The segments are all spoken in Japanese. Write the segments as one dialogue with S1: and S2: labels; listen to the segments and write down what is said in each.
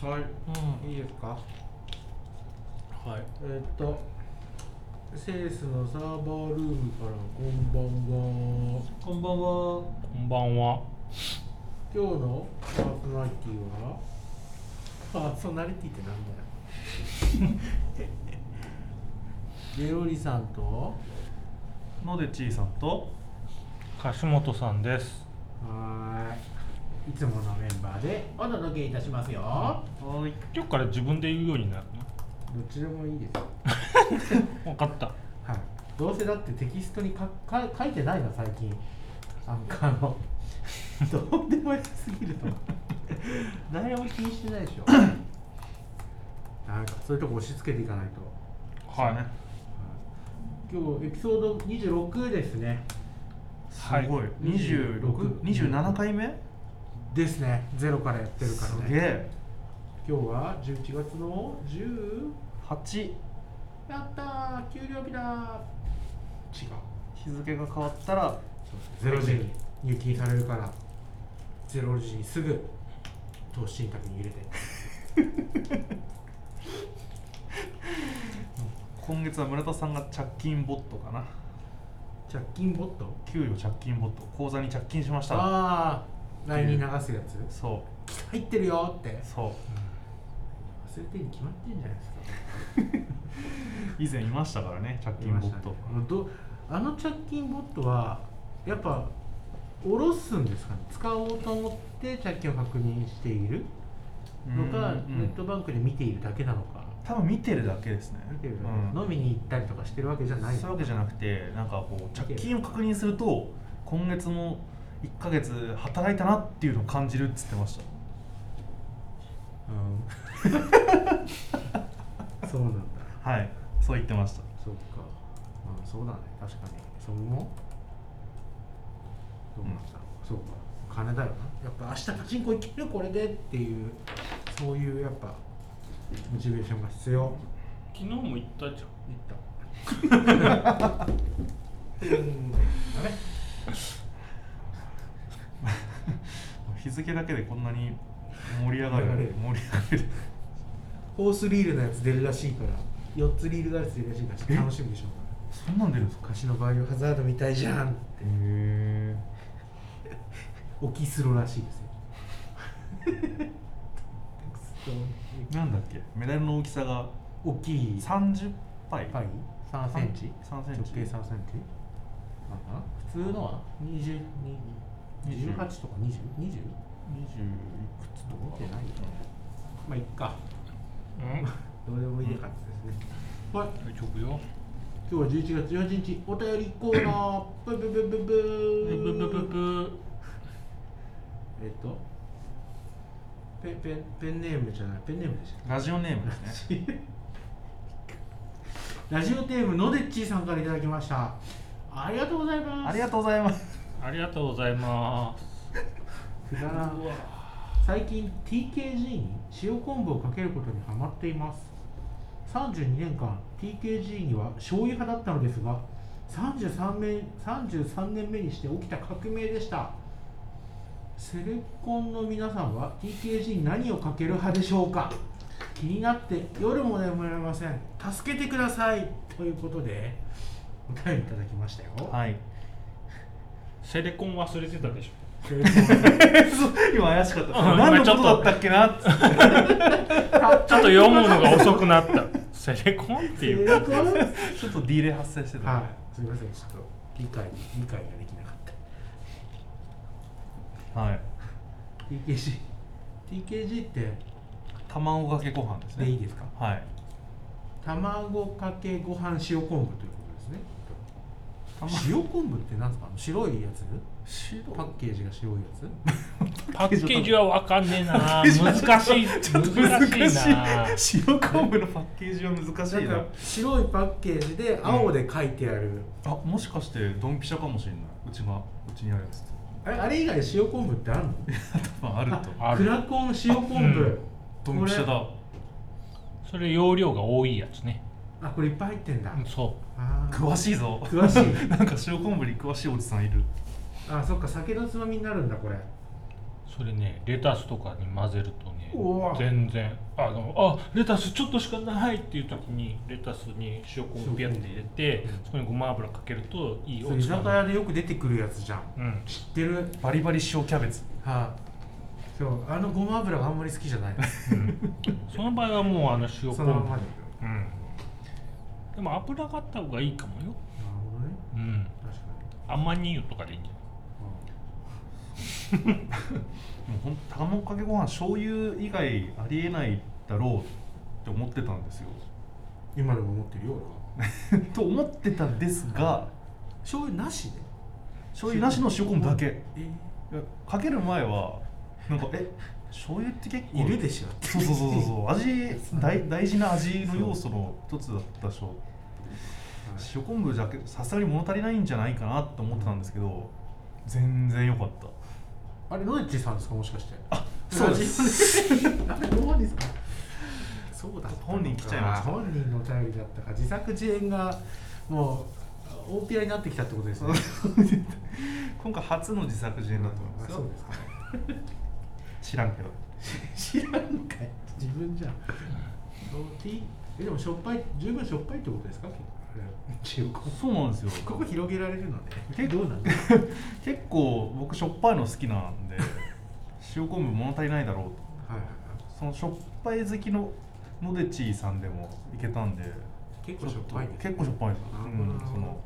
S1: はい、
S2: うん
S1: いいですか
S2: はい
S1: えーっとセースのサーバールームからこんばんは
S2: こんばんはこんばんは
S1: 今日のパーソナリティはパーソナリティってなんだよ ゲオリさんとは
S2: のでちいさんと樫本さんです
S1: ーいいつものメンバーでお届けいたしますよ
S2: はい今日から自分で言うようになる
S1: どっちでもいいですよ
S2: の分かった
S1: はい、どうせだってテキストにかか書いてないの最近あのあの どうでもよすぎると 誰も気にしてないでし ょなんかそういうとこ押し付けていかないと、
S2: はい
S1: はい今日エピソード26ですね
S3: す
S2: はい
S3: ごい26 27回目
S1: ですねゼロからやってるから
S3: す
S1: ね
S3: げえ
S1: 今日は11月の 10?
S3: 8違う
S1: やったー給料日だー
S3: 日付が変わったら
S1: ゼロ時に入金されるからゼロ時にすぐ投資信託に入れて
S3: 今月は村田さんが着金ボットかな
S1: 借金ボット
S3: 給与着金ボット口座に着金しました
S1: ああ LINE に流すやつ
S3: そ
S1: 入ってるよって
S3: うそう
S1: 忘れてるに決まってんじゃないですか
S3: 以前いましたからね着金ボット、
S1: いましたねどあの借金ボットはやっぱ下ろすんですかね使おうと思って借金を確認しているのか
S3: うんうん
S1: ネットバンクで見ているだけなのか
S3: 多分見てるだけですね
S1: 見てるだ
S3: うん
S1: け飲みに行ったりとかしてるわけじゃない
S3: そういうわけじゃなくてなんかこう着金を確認すると今月も1ヶ月働いたなっていうのを感じるっつってました
S1: うんそうなんだ
S3: はいそう言ってました
S1: そっかまあそうだね確かにそれもどうなんだろう、そうか金だよなやっぱ明日パチンコ行けるこれでっていうそういうやっぱモチベーションが必要
S2: 昨日も行ったじゃん
S1: いったうんあれ
S3: 日付だけでこんなに盛り上がる
S1: 盛り上がる
S3: 盛り上がる
S1: ホースリールのやつ出るらしいから4つリールがあるやつ出るらしいから楽しみでしょう
S3: そんなん出るんですか
S1: 昔のバイオハザードみたいじゃんって
S3: へえ
S1: オキスロらしいですよ
S3: なんだっけメダルの大きさが
S1: 大きい
S3: 30杯、
S1: パイ三センチ
S3: 3セン
S1: 直
S3: チ
S1: 径三センチなんだ普通のは二十二十
S3: 20
S1: 八とか二十二十
S3: 20いくつと
S1: 見
S3: か
S1: てないよまあいっか
S2: うん
S1: どうでもいいかったですね、はい
S2: 大丈夫よ
S1: 今日は十一月十八日お便りコーナーブブブブブ
S2: ブ
S1: ー
S2: ブブブブ
S1: えっとペンペンペンネームじゃないペンネームでした
S3: ラジオネー ムですね
S1: ラジオテームのでっちーさんからいただきましたありがとうございます
S3: ありがとうございます
S2: ありがとうございます
S1: くだらん最近 TKG に塩昆布をかけることにハマっています32年間 TKG には醤油派だったのですが33年 ,33 年目にして起きた革命でしたセレコンの皆さんは TKG に何をかける派でしょうか気になって夜も眠れません助けてくださいということでお便りいただきましたよ、
S3: はい
S2: セレコン忘れてたでしょ
S1: セレコン
S3: 今怪しかった
S2: うん
S3: 何のこと
S2: 今ちょ
S3: だ
S2: っと
S3: ったっけ なっつって
S2: ちょっと読むのが遅くなったセレコンって
S1: セ
S2: い
S1: レ
S2: う
S1: コン
S3: ちょっとディレイ発生してた、
S1: はい、すみません、ちょっと理解理解ができなかった。
S3: はい、
S1: TKG、TKG って
S3: 卵かけご飯ですね
S1: でいいですか？
S3: はい
S1: 卵かけご飯塩昆布ということですね。
S3: 卵
S1: 塩昆布ってなんですか？あの白いやつ？
S3: 白
S1: パッケージが白いやつ？
S2: パッケージはわかんねえな難しい難しいな
S3: 塩昆布のパッケージは難しい
S1: な
S3: なん
S1: か白いパッケージで青で書いてある。
S3: あもしかしてドンピシャかもしれないうちがうちにあるやつって
S1: あれあれ以外塩昆布ってあるの？
S3: 多分あると
S2: あ
S1: ク
S2: る
S1: ラコン塩昆
S2: うん
S1: 布。
S3: ドンピシャ
S1: これ。
S3: だ
S2: それ容量が多いやつね
S1: あ、これいっぱい入ってんだ。
S2: そ
S1: あー
S3: 詳しいぞ
S1: 詳しい
S3: なんか塩昆布に詳しいおじさんいる
S1: あ、そっか酒のつまみになるんだこれ。
S2: うそれねレタスとかに混ぜるとね
S1: うわ
S2: 全然あのあレタスちょっとしかないっていう時にレタスに塩昆布ピャって入れてそこにごま油かけるといい
S1: それ居
S2: つまみ
S1: 酒屋でよく出てくるやつじゃん
S2: うん
S1: 知ってるはい、
S3: バリバリ塩キャベツ
S1: そうあのごま油があんまり好きじゃない
S2: その場合はもうあの塩
S1: そのま
S2: 昆
S1: まで
S2: 布うんでも油があった方がいいかもよ
S1: なるほどね
S2: うん
S1: 確かに
S2: 甘煮油とかでいいんじゃない
S3: もうほん卵かけご飯醤油以外ありえないだろうって思ってたんですよ
S1: 今でも思ってるよ俺は
S3: と思ってたんですが
S1: 醤油なしで
S3: 醤油なしの塩昆布だけ
S1: え
S3: いやかける前はなんかえ醤油って結構
S1: いるでしょ
S3: そうそうそうそうそう 味大大事な味の要素の一つだったでしょ塩昆布じゃけさすがに物足りないんじゃないかなと思ってたんですけど全然良かった
S1: あれノエッチさんですかもしかしてあ
S3: そうです
S1: あれノエッチさんそうだったのか
S3: 本人来ちゃいました
S1: 本人のお便りだったか自作自演がもう大ピラになってきたってこと ですね
S3: 今回初の自作自演だと思いま
S1: あ
S3: す
S1: そ
S3: よ
S1: うですか
S3: 知らんけど
S1: 知らんのかい自分じゃんそうティーえでもしょっぱい十分しょっぱいってことですか中古
S3: そうなんですよ
S1: ここ広げられるのね
S3: 結
S1: どうなんですか
S3: 結構僕しょっぱいの好きな んで塩昆布物足りないだろうと
S1: はいはいはい
S3: そのしょっぱい好きののでちーさんでもいけたんで
S1: 結構しょっぱいね
S3: 結構しょっぱいですよ
S1: なる
S3: う
S1: ほど
S3: ん、その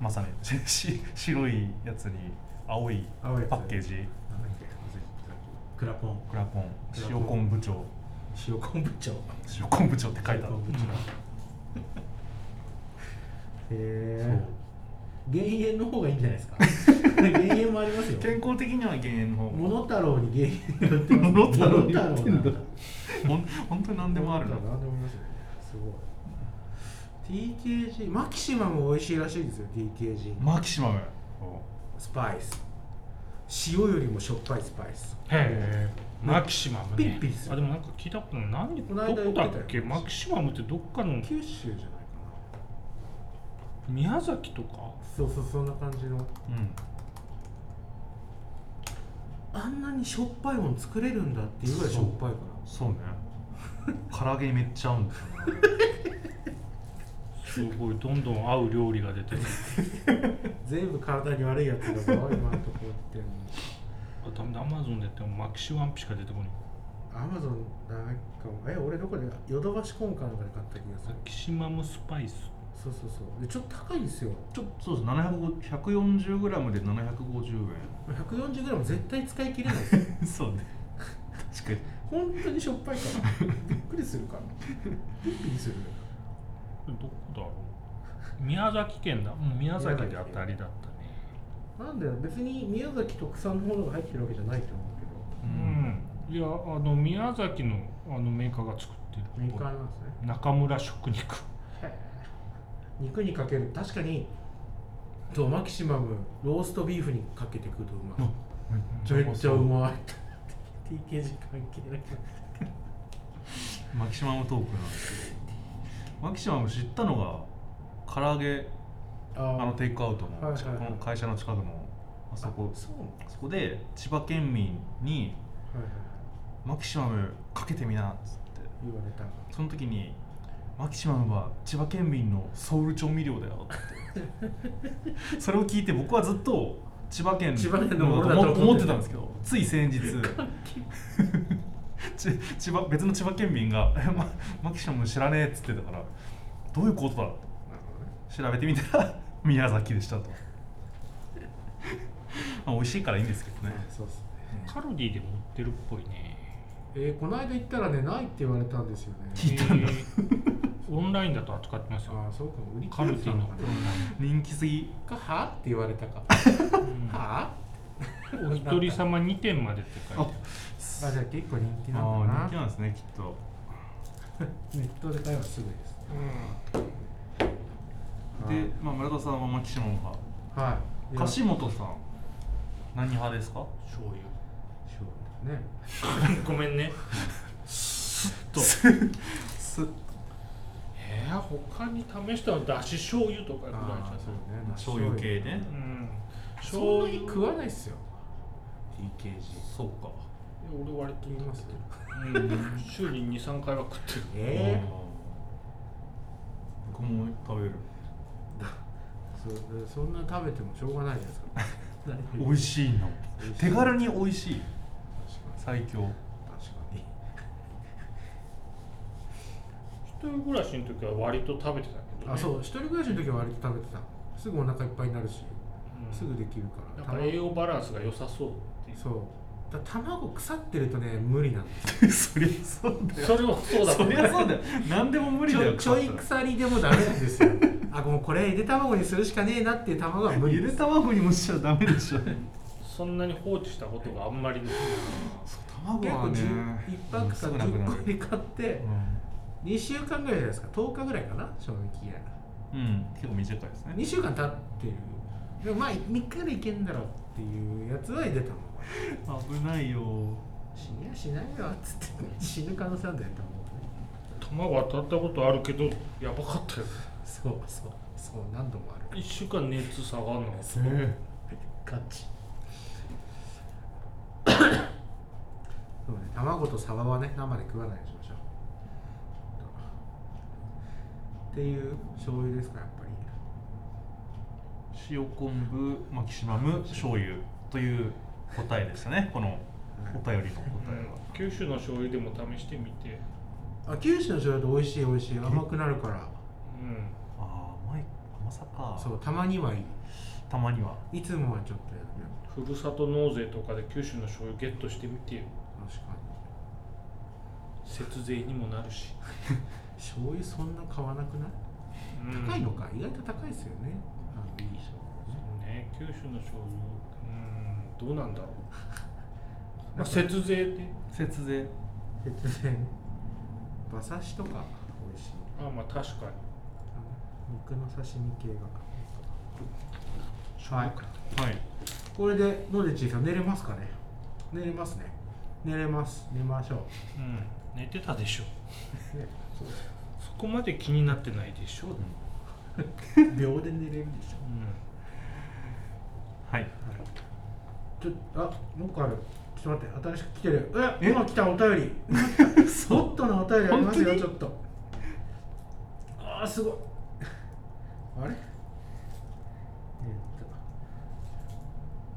S3: まさに しし白いやつに青いパ
S1: 青いやつ
S3: ッケージ
S1: なんだっけ忘れてたクラポン
S3: クラポン
S1: クラポン
S3: 塩昆布帳
S1: 塩昆布帳
S3: 塩昆布帳って書いてある
S1: 昆布帳へ
S3: そう
S1: え減塩の方がいいんじゃないですか 減塩もありますよ
S3: 健康的には減塩の方
S1: モノタロウに減塩やってます
S3: モノタロウに
S1: モノタロウなんだ
S3: ほん本当に何でもあるな
S1: 何でもありますよねすごい TKG マキシマム美味しいらしいですよ TKG
S3: マキシマム
S1: スパイス塩よりもしょっぱいスパイス
S2: へえマキシマムね
S1: ピリピリする
S2: あでもなんか聞いたことない何で
S1: この間
S2: どこだ
S1: 言っ
S2: って
S1: た
S2: け
S1: よ
S2: マキシマムってどっかの
S1: 九州じゃないかな
S2: 宮崎とか
S1: そうそうそんな感じの
S3: うん
S1: あんなにしょっぱいもん作れるんだっていうぐらいしょっぱいかな
S3: そうね唐揚げにめっちゃ合うんですよね
S2: すごいどんどん合う料理が出てくる
S1: 全部体に悪いやつだぞ今のところって
S2: あダメだアマゾンでやってもマキシワンピしか出てこない
S1: アマゾンないかもえ俺どこでヨドバシコンかなんかで買った気がす
S2: マ
S1: る
S2: キシマムスパイス
S1: そうそうそうでちょっと高いんですよ
S3: ちょっとそうです 740g で750
S1: 140g 絶対使い切れないですよ
S3: 円 そうね確かに
S1: 本当にしょっぱいからびっくりするからびっくりする
S2: どこだろう宮崎県だ、うん、宮崎
S1: 宮
S2: で当
S1: 崎
S2: たりだったね
S1: なんだよ別に宮崎特産のものが入ってるわけじゃないと思うけど
S2: うん、いやあの宮崎のあのメーカーが作ってる
S1: メーカーなんですね
S2: 中村食肉
S1: 肉にかける確かにそうマキシマムローストビーフにかけてくるとうまいめっちゃうまい TKG 関係なく
S3: マキシマムトークなんですけどマキシマム知ったのが唐揚げ
S1: あ
S3: あの
S1: ー
S3: テイクアウトの,、
S1: はいはいはい
S3: この会社の近くのあそこ
S1: そうなの
S3: そこで千葉県民に
S1: はいはいはい
S3: 「マキシマムかけてみな」っつって
S1: 言われた
S3: その時に「マキシマムは千葉県民のソウル調味料だよ」っ てそれを聞いて僕はずっと千葉県
S1: 千葉県のも
S3: の
S1: の
S3: だ
S1: だ
S3: と
S1: と
S3: 思
S1: 思
S3: っ
S1: って
S3: 思ってたんですけどつい先日ち 千葉別の千葉県民がえ「まマキシマム知らねえ」っつってたからどういうことだと調べてみたら 宮崎でした と。まあ美味しいからいいんですけどね。
S1: そうっすね
S2: カロディでも売ってるっぽいね
S1: えーこの間行ったらねないって言われたんですよね
S3: 聞いたんだ
S2: えーオンラインだと扱ってますよ
S1: ああそうかも売り切
S2: カ
S1: れ
S2: ル
S1: てた
S2: ティの
S1: の
S2: オ
S1: か
S2: ン
S1: な
S3: 人気すぎ。
S1: かはって言われたか
S2: ライン
S1: は
S2: うんお一人様2点までって書いて
S1: あじゃあ結構人気な
S3: あ
S1: んだ
S3: あ
S1: な
S3: 人気なんですねきっと。
S1: ネットで買えばすぐです
S2: ある、
S1: はい
S3: で、まあ村田さんはマキシマム派。
S1: はいいや
S3: 樫本さん何派ですか？
S2: 醤油
S1: そうですね
S2: ごめんね。すっと。ええー、他に試したのだし醤油とかぐらいじ
S1: ああそうね
S3: 醤油系ね
S2: ゃない。うん。
S1: そん
S2: 醤
S1: なに
S2: 油
S1: 食わないっすよ
S3: TKG。そうか。
S2: 俺割と
S1: 言います
S2: うん週に23回は食ってる
S1: ええ
S3: 僕も食べる
S1: そそんな食べてもしょうがないじゃないですか
S3: 美味しいの
S1: 美味しい
S3: 手軽に美味しい
S1: 確か
S3: 最強
S1: に確かに
S2: 一人暮らしの時は割と食べてたけど、ね、
S1: あそう一人暮らしの時は割と食べてたすぐお腹いっぱいになるし、
S2: うん
S1: すぐできるか
S2: な
S1: ら
S2: んか栄養バランスが良さそうっていう
S1: そうだ卵腐ってるとね無理なんですよ
S3: そりゃそうだよ
S2: それはそうだ
S3: そりゃそうだ
S2: よ
S3: よ何でも無理
S1: ち
S3: だ
S1: ょ
S3: よ
S1: いちょい
S3: 腐っ
S1: 腐りでもダメなんですよあもうこれゆで卵にするしかねえなっていう卵は
S3: たら
S1: 無理
S3: ゆ
S1: で
S3: です卵にもしちゃダメでしょ
S2: そんなに放置したことがあんまりない
S3: 卵
S1: 結
S3: は
S1: 構
S3: ね
S1: じゅ1泊か
S3: すぐなくな
S1: 10個に
S3: る
S1: 買って2週間ぐらいじゃないですか10日ぐらいかな賞味期限
S3: うん、うん、結構短いです
S1: 2
S3: ね
S1: 週間経ってるでもまあ3日ぐらいいけんだろうっていうやつはゆで卵
S3: 危ないよ
S1: 死にはしないよっつって死ぬ可能性あるんだよ卵はね
S2: 卵当たったことあるけどやばかったよ
S1: そうそうそう何度もある
S2: 1週間熱下がんの
S1: ガチそうね卵とサバはね生で食わないようにしましょうっていう醤油ですかやっぱり
S3: 塩昆布マキシマム醤油という答えでしたねこのお便りの答えは
S2: 九州の醤油でも試してみて
S1: あ九州の醤油って美味しい美味しい甘くなるから
S2: うん
S3: ああ甘い甘さか
S1: そうたまにはい
S3: たまにはい
S1: いつもはちょっとやるけど
S2: ふるさと納税とかで九州の醤油ゲットしてみてよ
S1: 確かに
S2: 節税にもなるし、
S1: 醤油そんな買わなくない、
S2: うん
S1: 高いのか意外と高いですよねあのいい醤
S2: そ
S1: 油ね
S2: うね九州の醤油うんどうなんだろう、まあ、節税って
S3: 節税
S1: 節電馬刺しとか美味しい
S2: あまあ確かに
S1: 肉の刺身系がはい
S3: はい
S1: これで野でちーさん寝れますかね寝れますね寝れます寝ましょう
S2: うん寝てたでしょ
S1: ねそうです
S2: そこまで気になってないでしょ、
S1: 秒で寝れるでしょ
S2: う
S3: はい
S1: ちょあもう一個あるちょっと待って新しく来てるえ
S3: え
S1: 今来たお便りホットなお便りありますよ
S3: 本当に
S1: ちょっとああすごいあれえ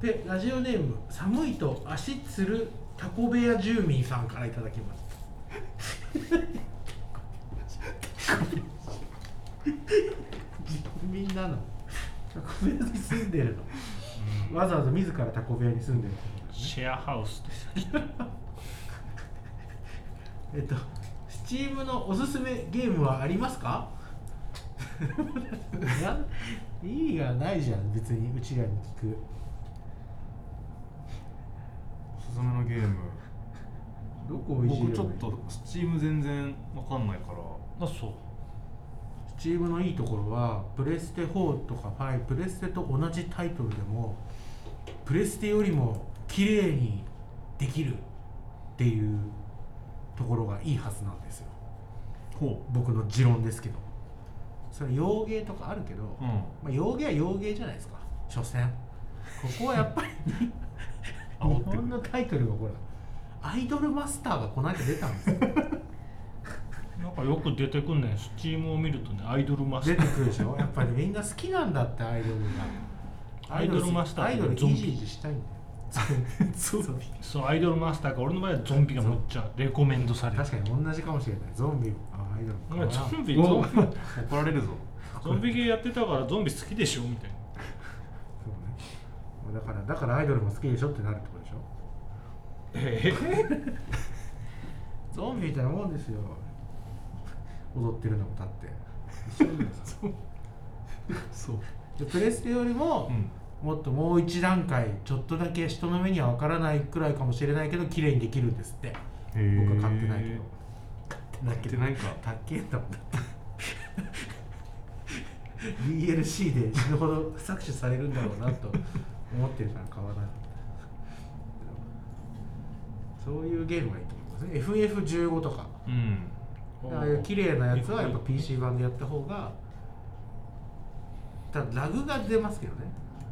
S1: っとでラジオネーム寒いと足つるタコ部屋住民さんからいただき ます住民なのタコ部屋に住んでるのわざわざ自らタコ部屋に住んでる
S2: ん、シェアハウスです
S1: えっと、スチームのおすすめゲームはありますかいや意味がないじゃん、別にうちらに聞く。
S3: おすすめのゲーム
S1: どこをいじ
S3: 僕
S1: れ
S3: ち
S1: ばい
S3: ょ
S1: い
S3: っとスチーム全然わかんないから
S2: あそう
S1: スチームのいいところは、プレステ4とか5、プレステと同じタイトルでも、プレステよりも綺麗にできるっていうところがいいはずなんですよ。
S3: ほ
S1: 僕の持論ですけど。それ、洋芸とかあるけど、
S3: ううん
S1: まあ、洋芸は洋芸じゃないですか所詮ここはやっぱり
S3: 煽っ
S1: 日
S3: てくる
S1: 本のタイトルがほらアイドルマスターがこの間出たんですよ
S2: なんかよく出てくんねんスチームを見るとねアイドルマス
S1: 出
S2: タ
S1: て
S2: ー
S1: くるでしょやっぱりみんな好きなんだってアイドルが
S2: アイドルマスター
S1: アイドルイ
S2: ゾンビ
S1: ジイジしたいんだよ そう
S2: そうアイドルマスターか俺の場合はゾンビがむっちゃレコメンドされる
S1: 確かに同じかもしれないゾンビあアイドル
S2: お前ゾンビ
S3: お
S2: ゾンビ
S3: 怒られるぞ
S2: ゾンビゲーやってたからゾンビ好きでしょみ たいな
S1: そうねだからだからアイドルも好きでしょってなるってことでしょ
S2: え
S1: ゾンビみたいなもんですよ踊ってるのもだって一緒じゃないですか
S3: そう
S1: でプレステよりも、
S3: うん
S1: もっともう一段階ちょっとだけ人の目には分からないくらいかもしれないけど綺麗にできるんですって僕は買ってないけど買って
S3: 買ってないか
S1: たっけえんだもんだって DLC で死ぬほど搾取されるんだろうなと思ってるから買わないそういうゲームがいいと思いますね FF15 とか
S3: うん
S1: ああいう綺麗なやつはやっぱ PC 版でやった方がただラグが出ますけどね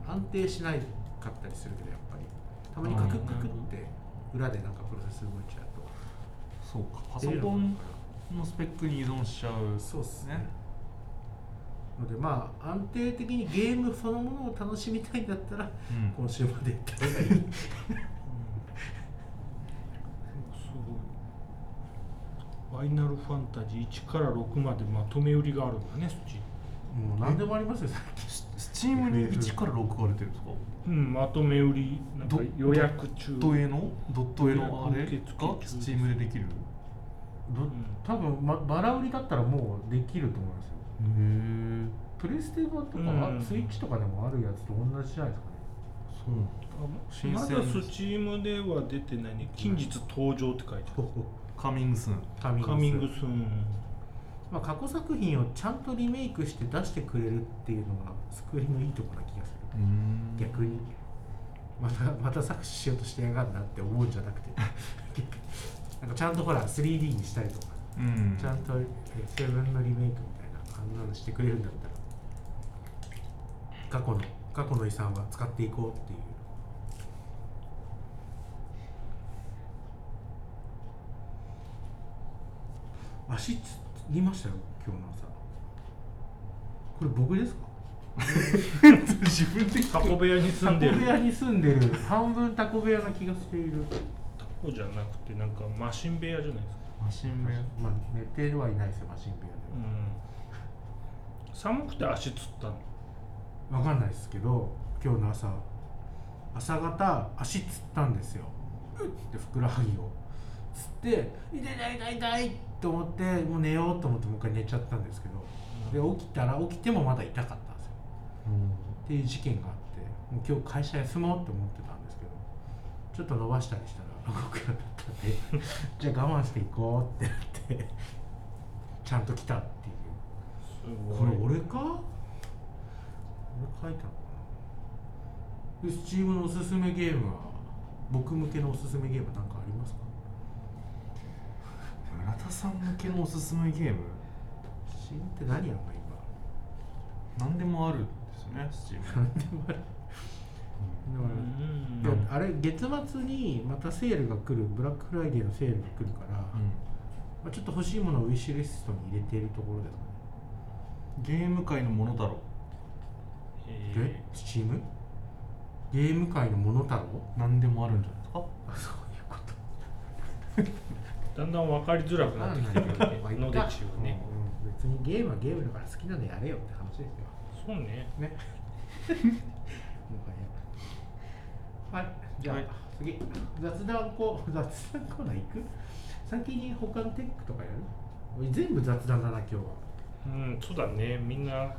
S1: 安定しないかったりするけどやっぱりたまにカクッカクって裏でなんかプロセス動いちゃうと
S3: そうかパ
S1: パ
S3: ソコンのスペックに依存しちゃう
S1: そうですねのでまあ安定的にゲームそのものを楽しみたいんだったら
S3: うん
S1: 今週までやった方がいい
S2: すごいファイナルファンタジー1から6までまとめ売りがあるんだねスチ
S1: もう何でもありますよ最近
S3: ススチームに1から6が出てるんですか
S2: うんまとめ売りなんか
S3: ど
S2: 予約中
S3: ドット絵のドット絵のあれ
S2: 受付中
S3: がスチームでできるへ
S1: ど多分、ま、バラ売りだったらもうできると思いますよ
S3: え
S1: プレステ版とか、
S2: うん
S1: スイッチとかでもあるやつと同じじゃないですかね
S3: そうなんだ
S2: うん
S3: 新
S2: まだ
S3: 鮮
S2: スチームでは出てないね近日登場って書いてあ
S3: カミングスン
S1: カミング
S2: る
S1: ス
S2: カミングスーン
S1: まあ、過去作品をちゃんとリメイクして出してくれるっていうのがスクエニのいいところな気がする
S3: うん
S1: 逆にまたまた搾取しようとしてやがるなって思うんじゃなくて なんかちゃんとほら 3D にしたりとか、
S3: うん
S1: ちゃん と自分のリメイクみたいなあんなのしてくれるんだったら過去の過去の遺産は使っていこうっていう足つりましたよ今日の朝これ僕ですか
S3: 自分で
S2: タコ部屋に住
S1: タコ
S2: ん
S1: 部
S2: でる
S1: 屋に住んでる半分タコ部屋な気がしている
S2: タコじゃなくてなんかマシン部屋じゃないですか
S3: マシン部屋
S1: まあ寝てはいないですよマシン部屋で
S2: うん寒くて足つったの
S1: わかんないですけど今日の朝朝方足つったんですようってふくらはぎをつって「痛い痛い痛い痛い!」と思ってもう寝ようと思ってもう一回寝ちゃったんですけどで起きたら起きてもまだ痛かったんですよっていう事件があってもう今日会社休もうと思ってたんですけどちょっと伸ばしたりしたら動くようになったんでじゃあ我慢していこうってなってちゃんと来たっていう
S2: す
S1: こ
S2: ご
S1: れ俺
S2: い
S1: か俺書いたのかなでスチームのおすすめゲームは僕向けのおすすめゲームは何かありますか
S3: 村田さん向けのおすすめゲーム
S1: スチームって何やんの
S3: 何でもあるんですよねスチーム
S1: 今何でもある
S2: う
S1: で
S2: ん
S1: もあれ月末にまたセールが来るブラックフライデーのセールが来るから、まあ、ちょっと欲しいものをウィッシュリストに入れているところですかね
S3: ゲーム界のものだろ
S2: えー
S1: でスチームゲーム界のモノタロウ
S3: 何でもあるんじゃないですか
S1: あそういうこと
S2: だんだん分かりづらく なってきてるよね
S1: まあいっか
S2: のでちをね、
S1: うんうん別にゲームはゲームだから好きなのやれよって話ですよ
S2: そうね
S1: ねもはやはいじゃあ、
S3: はい
S1: 次雑談コー雑談コーナー行く先に他のテックとかやるおい全部雑談だな今日は
S2: うんそうだねみんな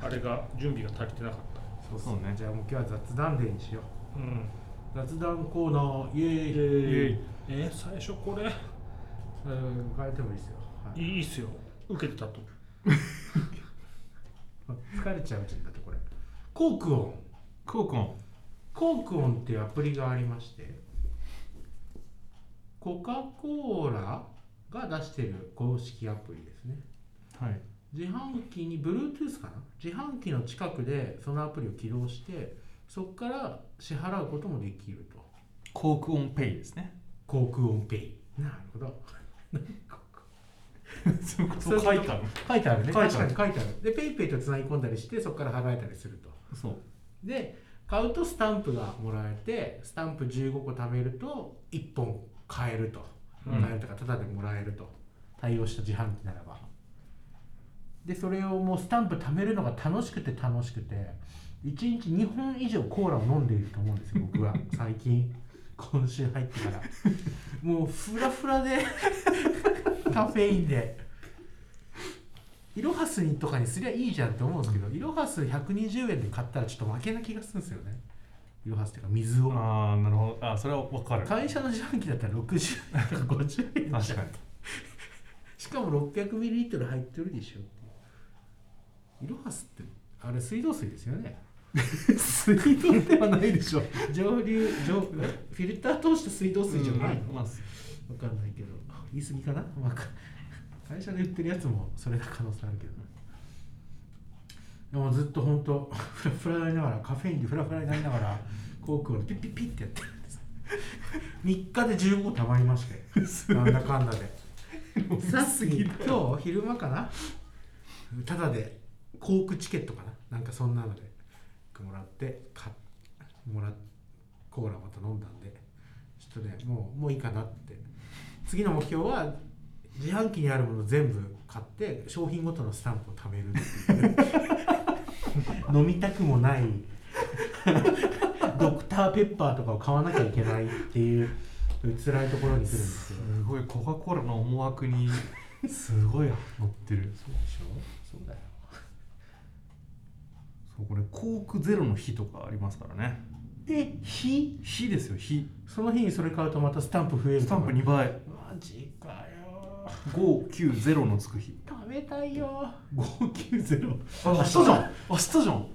S2: あれが準備が足りてなかった
S1: そう
S3: そうね
S1: じゃあもう今日は雑談でにしよう
S2: うん
S1: 雑談コーナーイエーイ
S2: ええー最初これ
S1: うん変えてもいいですよ、はい
S2: いいっすよ受けてたと
S1: 疲れちゃうしだってこれコークオン
S3: クオくん
S1: コークオンっていうアプリがありましてコカ・コーラが出してる公式アプリですね
S3: はい
S1: 自販機に Bluetooth かな自販機の近くでそのアプリを起動してそこから支払うこともできると
S3: コークオンペイですね
S1: コークオンペイなるほど
S3: そういうこと
S1: そういうこと
S3: 書いたの
S1: 書いてあるね
S3: 書い
S1: 確
S3: て
S1: か
S3: あ
S1: に
S3: る
S1: 書いてあるで PayPay とつなぎ込んだりしてそこから払えたりすると
S3: そう
S1: で買うとスタンプがもらえてスタンプ15個貯めると1本買えると
S2: うん
S1: 買えるとかタダでもらえると対応した自販機ならばでそれをもうスタンプ貯めるのが楽しくて楽しくて1日2本以上コーラを飲んでいると思うんですよ僕は最近今週入ってからもうフラフラで カフェインでイロハスにとかにすりゃいいじゃんって思うんですけどイロハス120円で買ったらちょっと負けな気がするんですよねイロハスっていうか水を
S3: ああなるほどあーそれは分かる
S1: 会社の自販機だったら60円とか50円じゃん
S3: 確かに
S1: しかも 600ml 入ってるでしょっていうイロハスってあれ水道水ですよね 水道ではないでしょ上流上フィルター通した水道水じゃないの、
S3: うんまあす
S1: 分かんないけど言い過ぎかな、まあか会社で売ってるやつもそれな可能性あるけどなでもずっと本当フラフラになりながらカフェインでフラフラになりながらコークをピッピッピッってやってるんです3日で15個たまりましてなんだかんだでさっき今日昼間かなただで航空チケットかななんかそんなのでもらって買っもらコーラまた飲んだんでちょっとねもうもういいかなって次の目標は自販機にあるもの全部買って商品ごとのスタンプを貯める っていう飲みたくもないドクターペッパーとかを買わなきゃいけないっていう辛いところに来るんですよ
S3: すごいコカ・コーラの思惑にすごい乗ってる
S1: そうでしょそうだよ
S3: そうこれコークゼロの日とかありますからね
S1: え日
S3: 日ですよ日
S1: その日にそれ買うとまたスタンプ増える
S3: スタンプ2倍
S1: マジかよ
S3: 590のつく日
S1: 食べたいよ
S3: 590
S1: あ
S3: 明日じゃん明日じゃん
S1: 明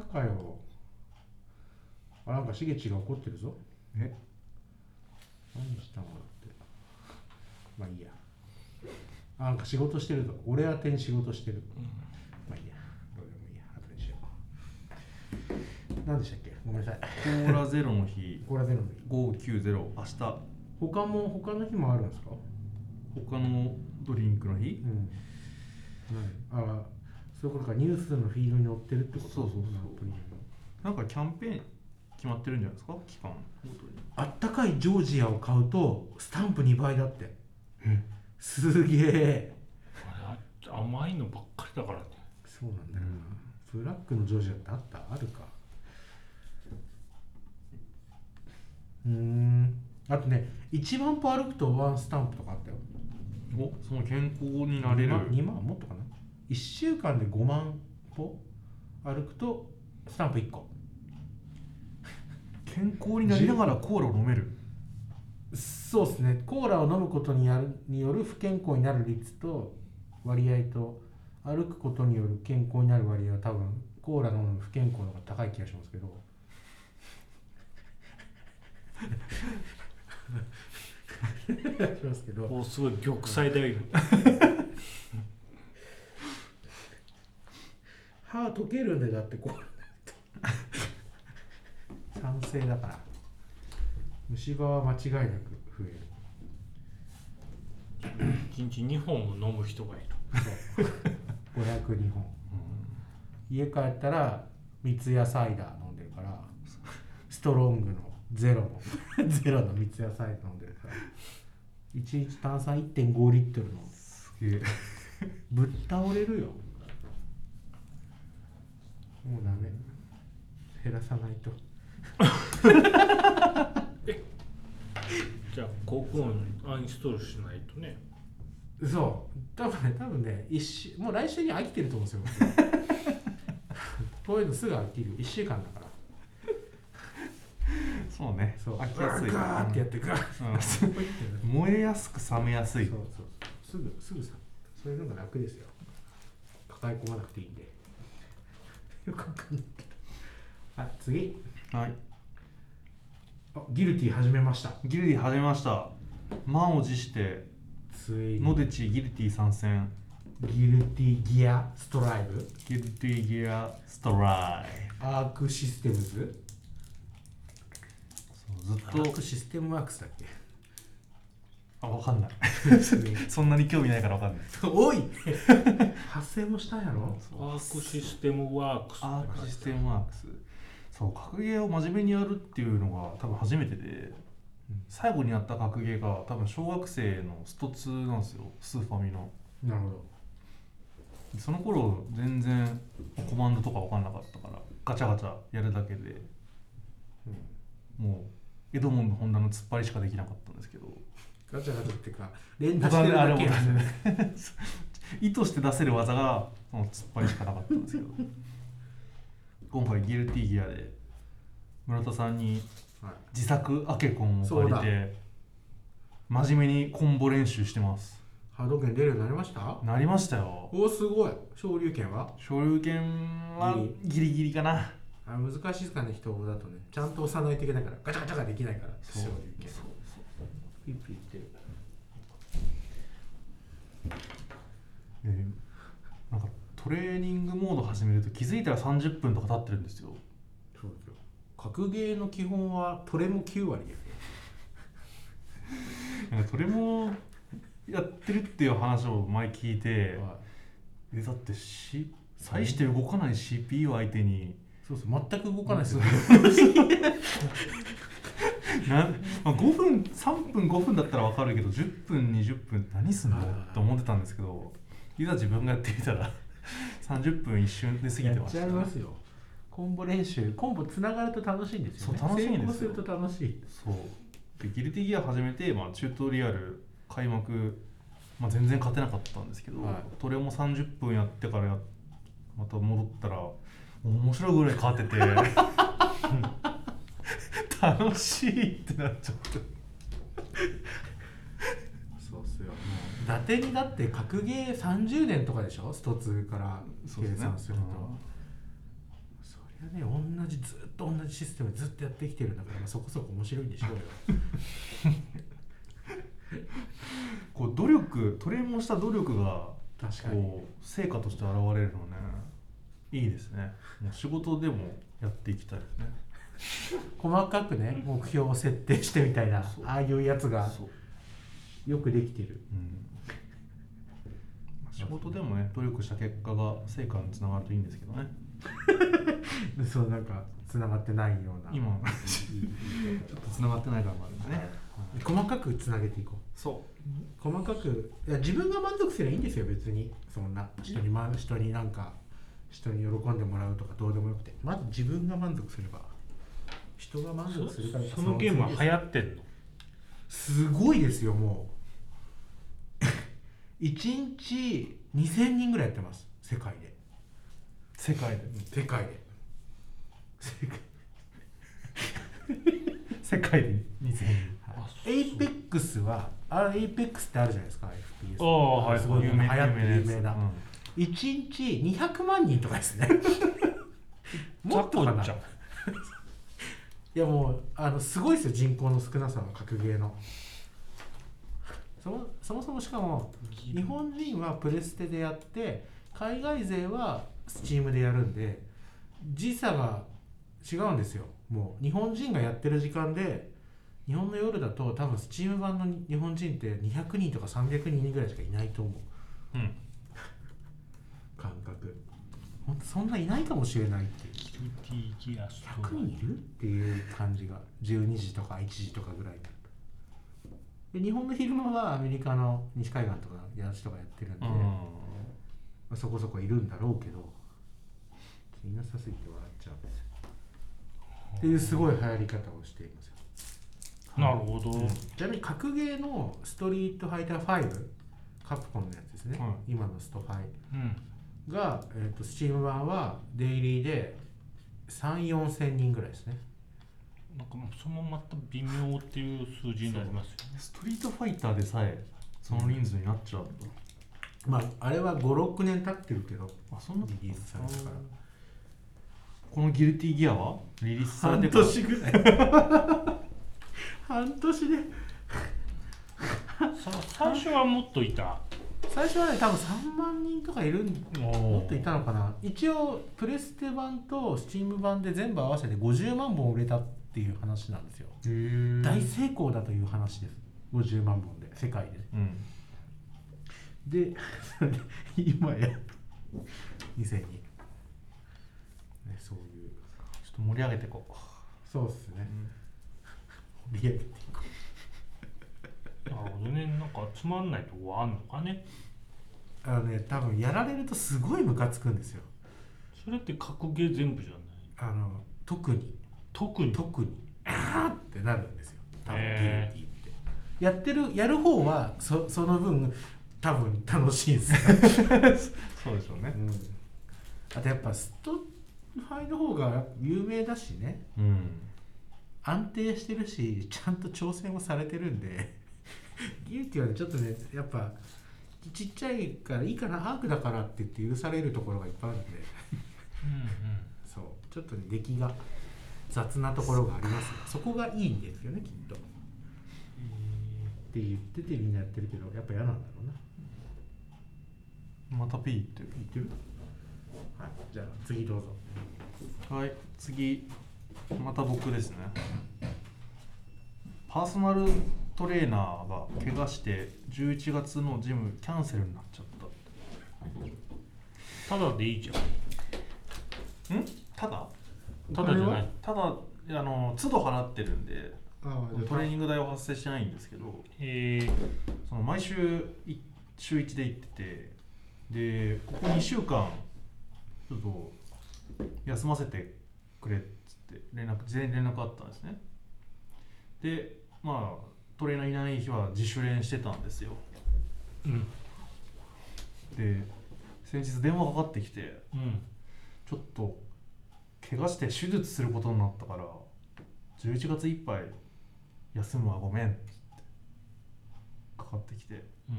S1: 日かよあなんかしげちが怒ってるぞ
S3: え
S1: 何したのだってまあいいやあなんか仕事してるぞ俺宛てに仕事してるまあいいやどうでもいいや後にしよう何でしたっけごめんなさい
S3: コーラゼロの日
S1: これはゼロの
S3: 590明日
S1: 他も他の日もあるんですか
S3: 他のドリンクの日
S1: うん何あそういうことかニュースのフィードに載ってるってこと
S3: そうそうそう
S1: アプリに
S3: なんかキャンペーン決まってるんじゃないですか期間ごとに
S1: あったかいジョージアを買うとスタンプ2倍だってすげえ
S2: あ甘いのばっかりだからね
S1: そうなんだよな、ブラックのジョージアってあったあるかうーんあとね1万歩歩くとワンスタンプとかあったよ
S3: おその健康になれ
S1: 2
S3: る
S1: 万 ,2 万もっとかな1週間で5万歩歩くとスタンプ1個
S3: 健康になりながらコーラを飲める
S1: そうですねコーラを飲むことにやるによる不健康になる率と割合と歩くことによる健康になる割合は多分コーラ飲む不健康の方が高い気がしますけどしますけど
S2: おすごい玉砕だよ今
S1: 歯溶けるんでだってコーラ 酸性だから虫歯は間違いなく増える
S2: 一日2本も飲む人がいる
S1: そう502本家帰ったら三ツ矢サイダー飲んでる からストロングのゼロの ゼロの三ツ矢サイダー飲んでるから1日炭酸1.5リットル飲んでる
S3: すげえ
S1: ぶっ倒れるよもうダメ減らさないと
S2: じゃあ航空音アンストールしないとね
S1: そう多分ね多分ね一週もう来週には飽きてると思うん ですよこういうのすぐ飽きる1週間だから
S3: そうね
S1: そう
S3: 飽きやすい
S1: ガーってやってガーって
S3: うん燃えやすく冷めやすい
S1: そうそうそうすぐすぐさそういうのが楽ですよ抱え込まなくていいんで よくわかんないけどはい次
S3: はい
S1: あギルティ始めました
S3: ギルティ始めました満を持して
S1: つい
S3: ノ
S1: に
S3: デチギルティ参戦
S1: ギルティギアストライブ
S3: ギルティギアストライ
S1: アークシステムズ
S3: そうず
S1: ア
S3: っと
S1: ークシステムワークスだっ け
S3: あわかんない そんなに興味ないからわかんない
S1: おい発生もしたんやろ
S2: アークシステムワークス
S3: アークシステムワークスそう格ゲーを真面目にやるっていうのが多分初めてで最後にやった格ゲーが多分小学生のスト2なんですよスーファミの
S1: なるほど
S3: その頃全然コマンドとか分かんなかったからガチャガチャやるだけで、もうエドモンド・ホンダの突っ張りしかできなかったんですけど
S1: ガチャガチャっていうか連打してるだけや
S3: ボタンであれ意図して出せる技がその突っ張りしかなかったんです けど今回ギルティギアで村田さんに
S1: はい
S3: 自作アケコンを借り
S1: そう
S3: て真面目にコンボ練習してます
S1: 波動拳出るようになりました
S3: なりましたよ
S1: おおすごい昇竜拳は
S3: 所有権はギリギリかな
S1: あれ難しいですかね人だとねちゃんと押さないといけないからガチャガチャができないから
S3: そう
S1: 昇竜拳
S3: そうそう
S1: ピッピッってる
S3: えーなんかトレーニングモード始めると気づいたら30分とか経ってるんですよ
S1: そうですよ格ゲーの基本はトレも9割ですよ
S3: なんかそれもやってるっていう話を前聞いて、
S1: は
S3: えだってし最して動かない CPU 相手に
S1: い、そうそう全く動かないですよ、ね、
S3: なん、まあ、5分3分5分だったら分かるけど10分20分何すんの
S1: はい
S3: と思ってたんですけどいざ自分がやってみたら30分一瞬で過ぎて
S1: や
S3: ま
S1: っ
S3: した
S1: ちゃい
S3: ね、
S1: ますよコンボ練習コンボつながると楽しいんですよね
S3: そう楽しいんですよ
S1: 成功すると楽しい
S3: そうでギルティギア始めて、まあ、チュートリアル開幕、まあ、全然勝てなかったんですけど、
S1: はい
S3: トレも30分やってからやまた戻ったら面白いぐらい勝てて楽しいってなっちゃって
S1: そうっすよ伊達にだって格ゲー30年とかでしょスト2から
S3: そうで
S1: 計
S3: すね
S1: 算するとそ,、りゃね同じずっと同じシステムずっとやってきてるんだから、まあ、そこそこ面白いんでしょうよ
S3: こう努力トレもした努力が
S1: 確かに
S3: こう成果として現れるのねいいですねもう仕事でもやっていきたいですね
S1: 細かくね目標を設定してみたいな
S3: そう
S1: ああいうやつが
S3: そう、
S1: よくできてる
S3: うんまあ仕事でもね努力した結果が成果につながるといいんですけどね
S1: そうなんかつながってないような
S3: 今ちょっとつながってない感があるんでね、はい
S1: 細かくつなげていこう
S3: そ
S1: 細かくいや自分が満足すればいいんですよ別にそんな人に,、ま、人になんか人に喜んでもらうとかどうでもよくてまず自分が満足すれば人が満足するから
S2: そのゲームは流行ってんの
S1: すごいですよ もう1日2000人ぐらいやってます世界で
S3: う世界で
S1: 世界で世界
S3: 世界で2000人
S2: あ
S1: エイペックスはあエイペックスってあるじゃないですか FPS
S2: ああはい
S1: すごい有名流行ってる有
S3: な
S1: 名
S3: やつ
S1: な、1日200万人とかですねも
S2: ザ
S1: っと
S2: コ
S1: かな
S2: ちゃん
S1: いやもうあのすごいですよ人口の少なさは格ゲーのそもそもそもしかも日本人はプレステでやって海外勢はスチームでやるんで時差が違うんですよもう日本人がやってる時間で日本の夜だと多分スチーム版の日本人って200人とか300人ぐらいしかいないと思う
S3: うん、うん
S1: 感覚ほんとそんないないかもしれないっていう
S2: ギルティギアスト
S1: 100人いるっていう感じが12時とか1時とかぐらいになるで日本の昼間はアメリカの西海岸とかやつとかやってるんで、
S3: うん
S1: まあ、そこそこいるんだろうけど気になさすぎて笑っちゃうんですよっていうすごい流行り方をしていますよ
S2: なるほど、
S1: ちなみに格ゲーのストリートファイター5カプコンのやつですね、
S3: はい
S1: 今のストファイ
S2: うん
S1: が、えー、と Steam 版はデイリーで34000人ぐらいですね
S2: なんかもうそのまた微妙っていう数字になりますよね
S3: ストリートファイターでさえその人数になっちゃう、
S1: まああれは56年経ってるけど
S3: あそんな
S1: リリースされたから
S3: このギルティギアはリリースされ
S1: 半
S3: てから
S1: 年ぐらい半年で
S2: さ最初はもっといた
S1: 最初はね多分3万人とかいるんも
S3: も
S1: っといたのかな一応プレステ版と Steam 版で全部合わせて50万本売れたっていう話なんですよ、大成功だという話です50万本で世界で
S3: うん
S1: で 今や2002ねそういう
S3: ちょっと盛り上げていこうか、
S1: そうっすね盛り上げていこ
S2: なるほどねなんかつまんないとこあんのかね
S1: うあのね多分やられるとすごいムカつくんですよ
S2: それって格ゲー全部じゃない
S1: あの特に
S2: 特に
S1: 特にあーってなるんですよ多分
S2: へー
S1: DLT ってやってるやる方はそその分多分楽しいんですよ、
S3: そうでしょうね
S1: あとやっぱストファイの方が有名だしね
S3: うん
S1: 安定してるしちゃんと挑戦もされてるんで ギルティはねちょっとねやっぱちっちゃいからいいかなアークだからって言って許されるところがいっぱいあるんで
S2: うん
S1: そうちょっとね出来が雑なところがありますがそこがいいんですよねきっと。って言っててみんなやってるけどやっぱ嫌なんだろうな。
S3: また P っていう
S1: 言ってるはいじゃあ次どうぞ。
S3: はい次また僕ですねパーソナルトレーナーが怪我して11月のジムキャンセルになっちゃった
S2: だでいいじゃん
S3: たんただ
S2: ただじゃない
S3: ただあの都度払ってるんで
S1: ああじゃあ
S3: トレーニング代は発生しないんですけど
S2: えー、
S3: その毎週い週1で行っててでここ2週間ちょっと休ませてくれっつって連絡事前に連絡あったんですねでまあトレーナーいない日は自主練してたんですよ
S2: うん
S3: で先日電話がかかってきて
S2: うん
S3: ちょっと怪我して手術することになったから11月いっぱい休むわごめんっつってかかってきて
S2: うん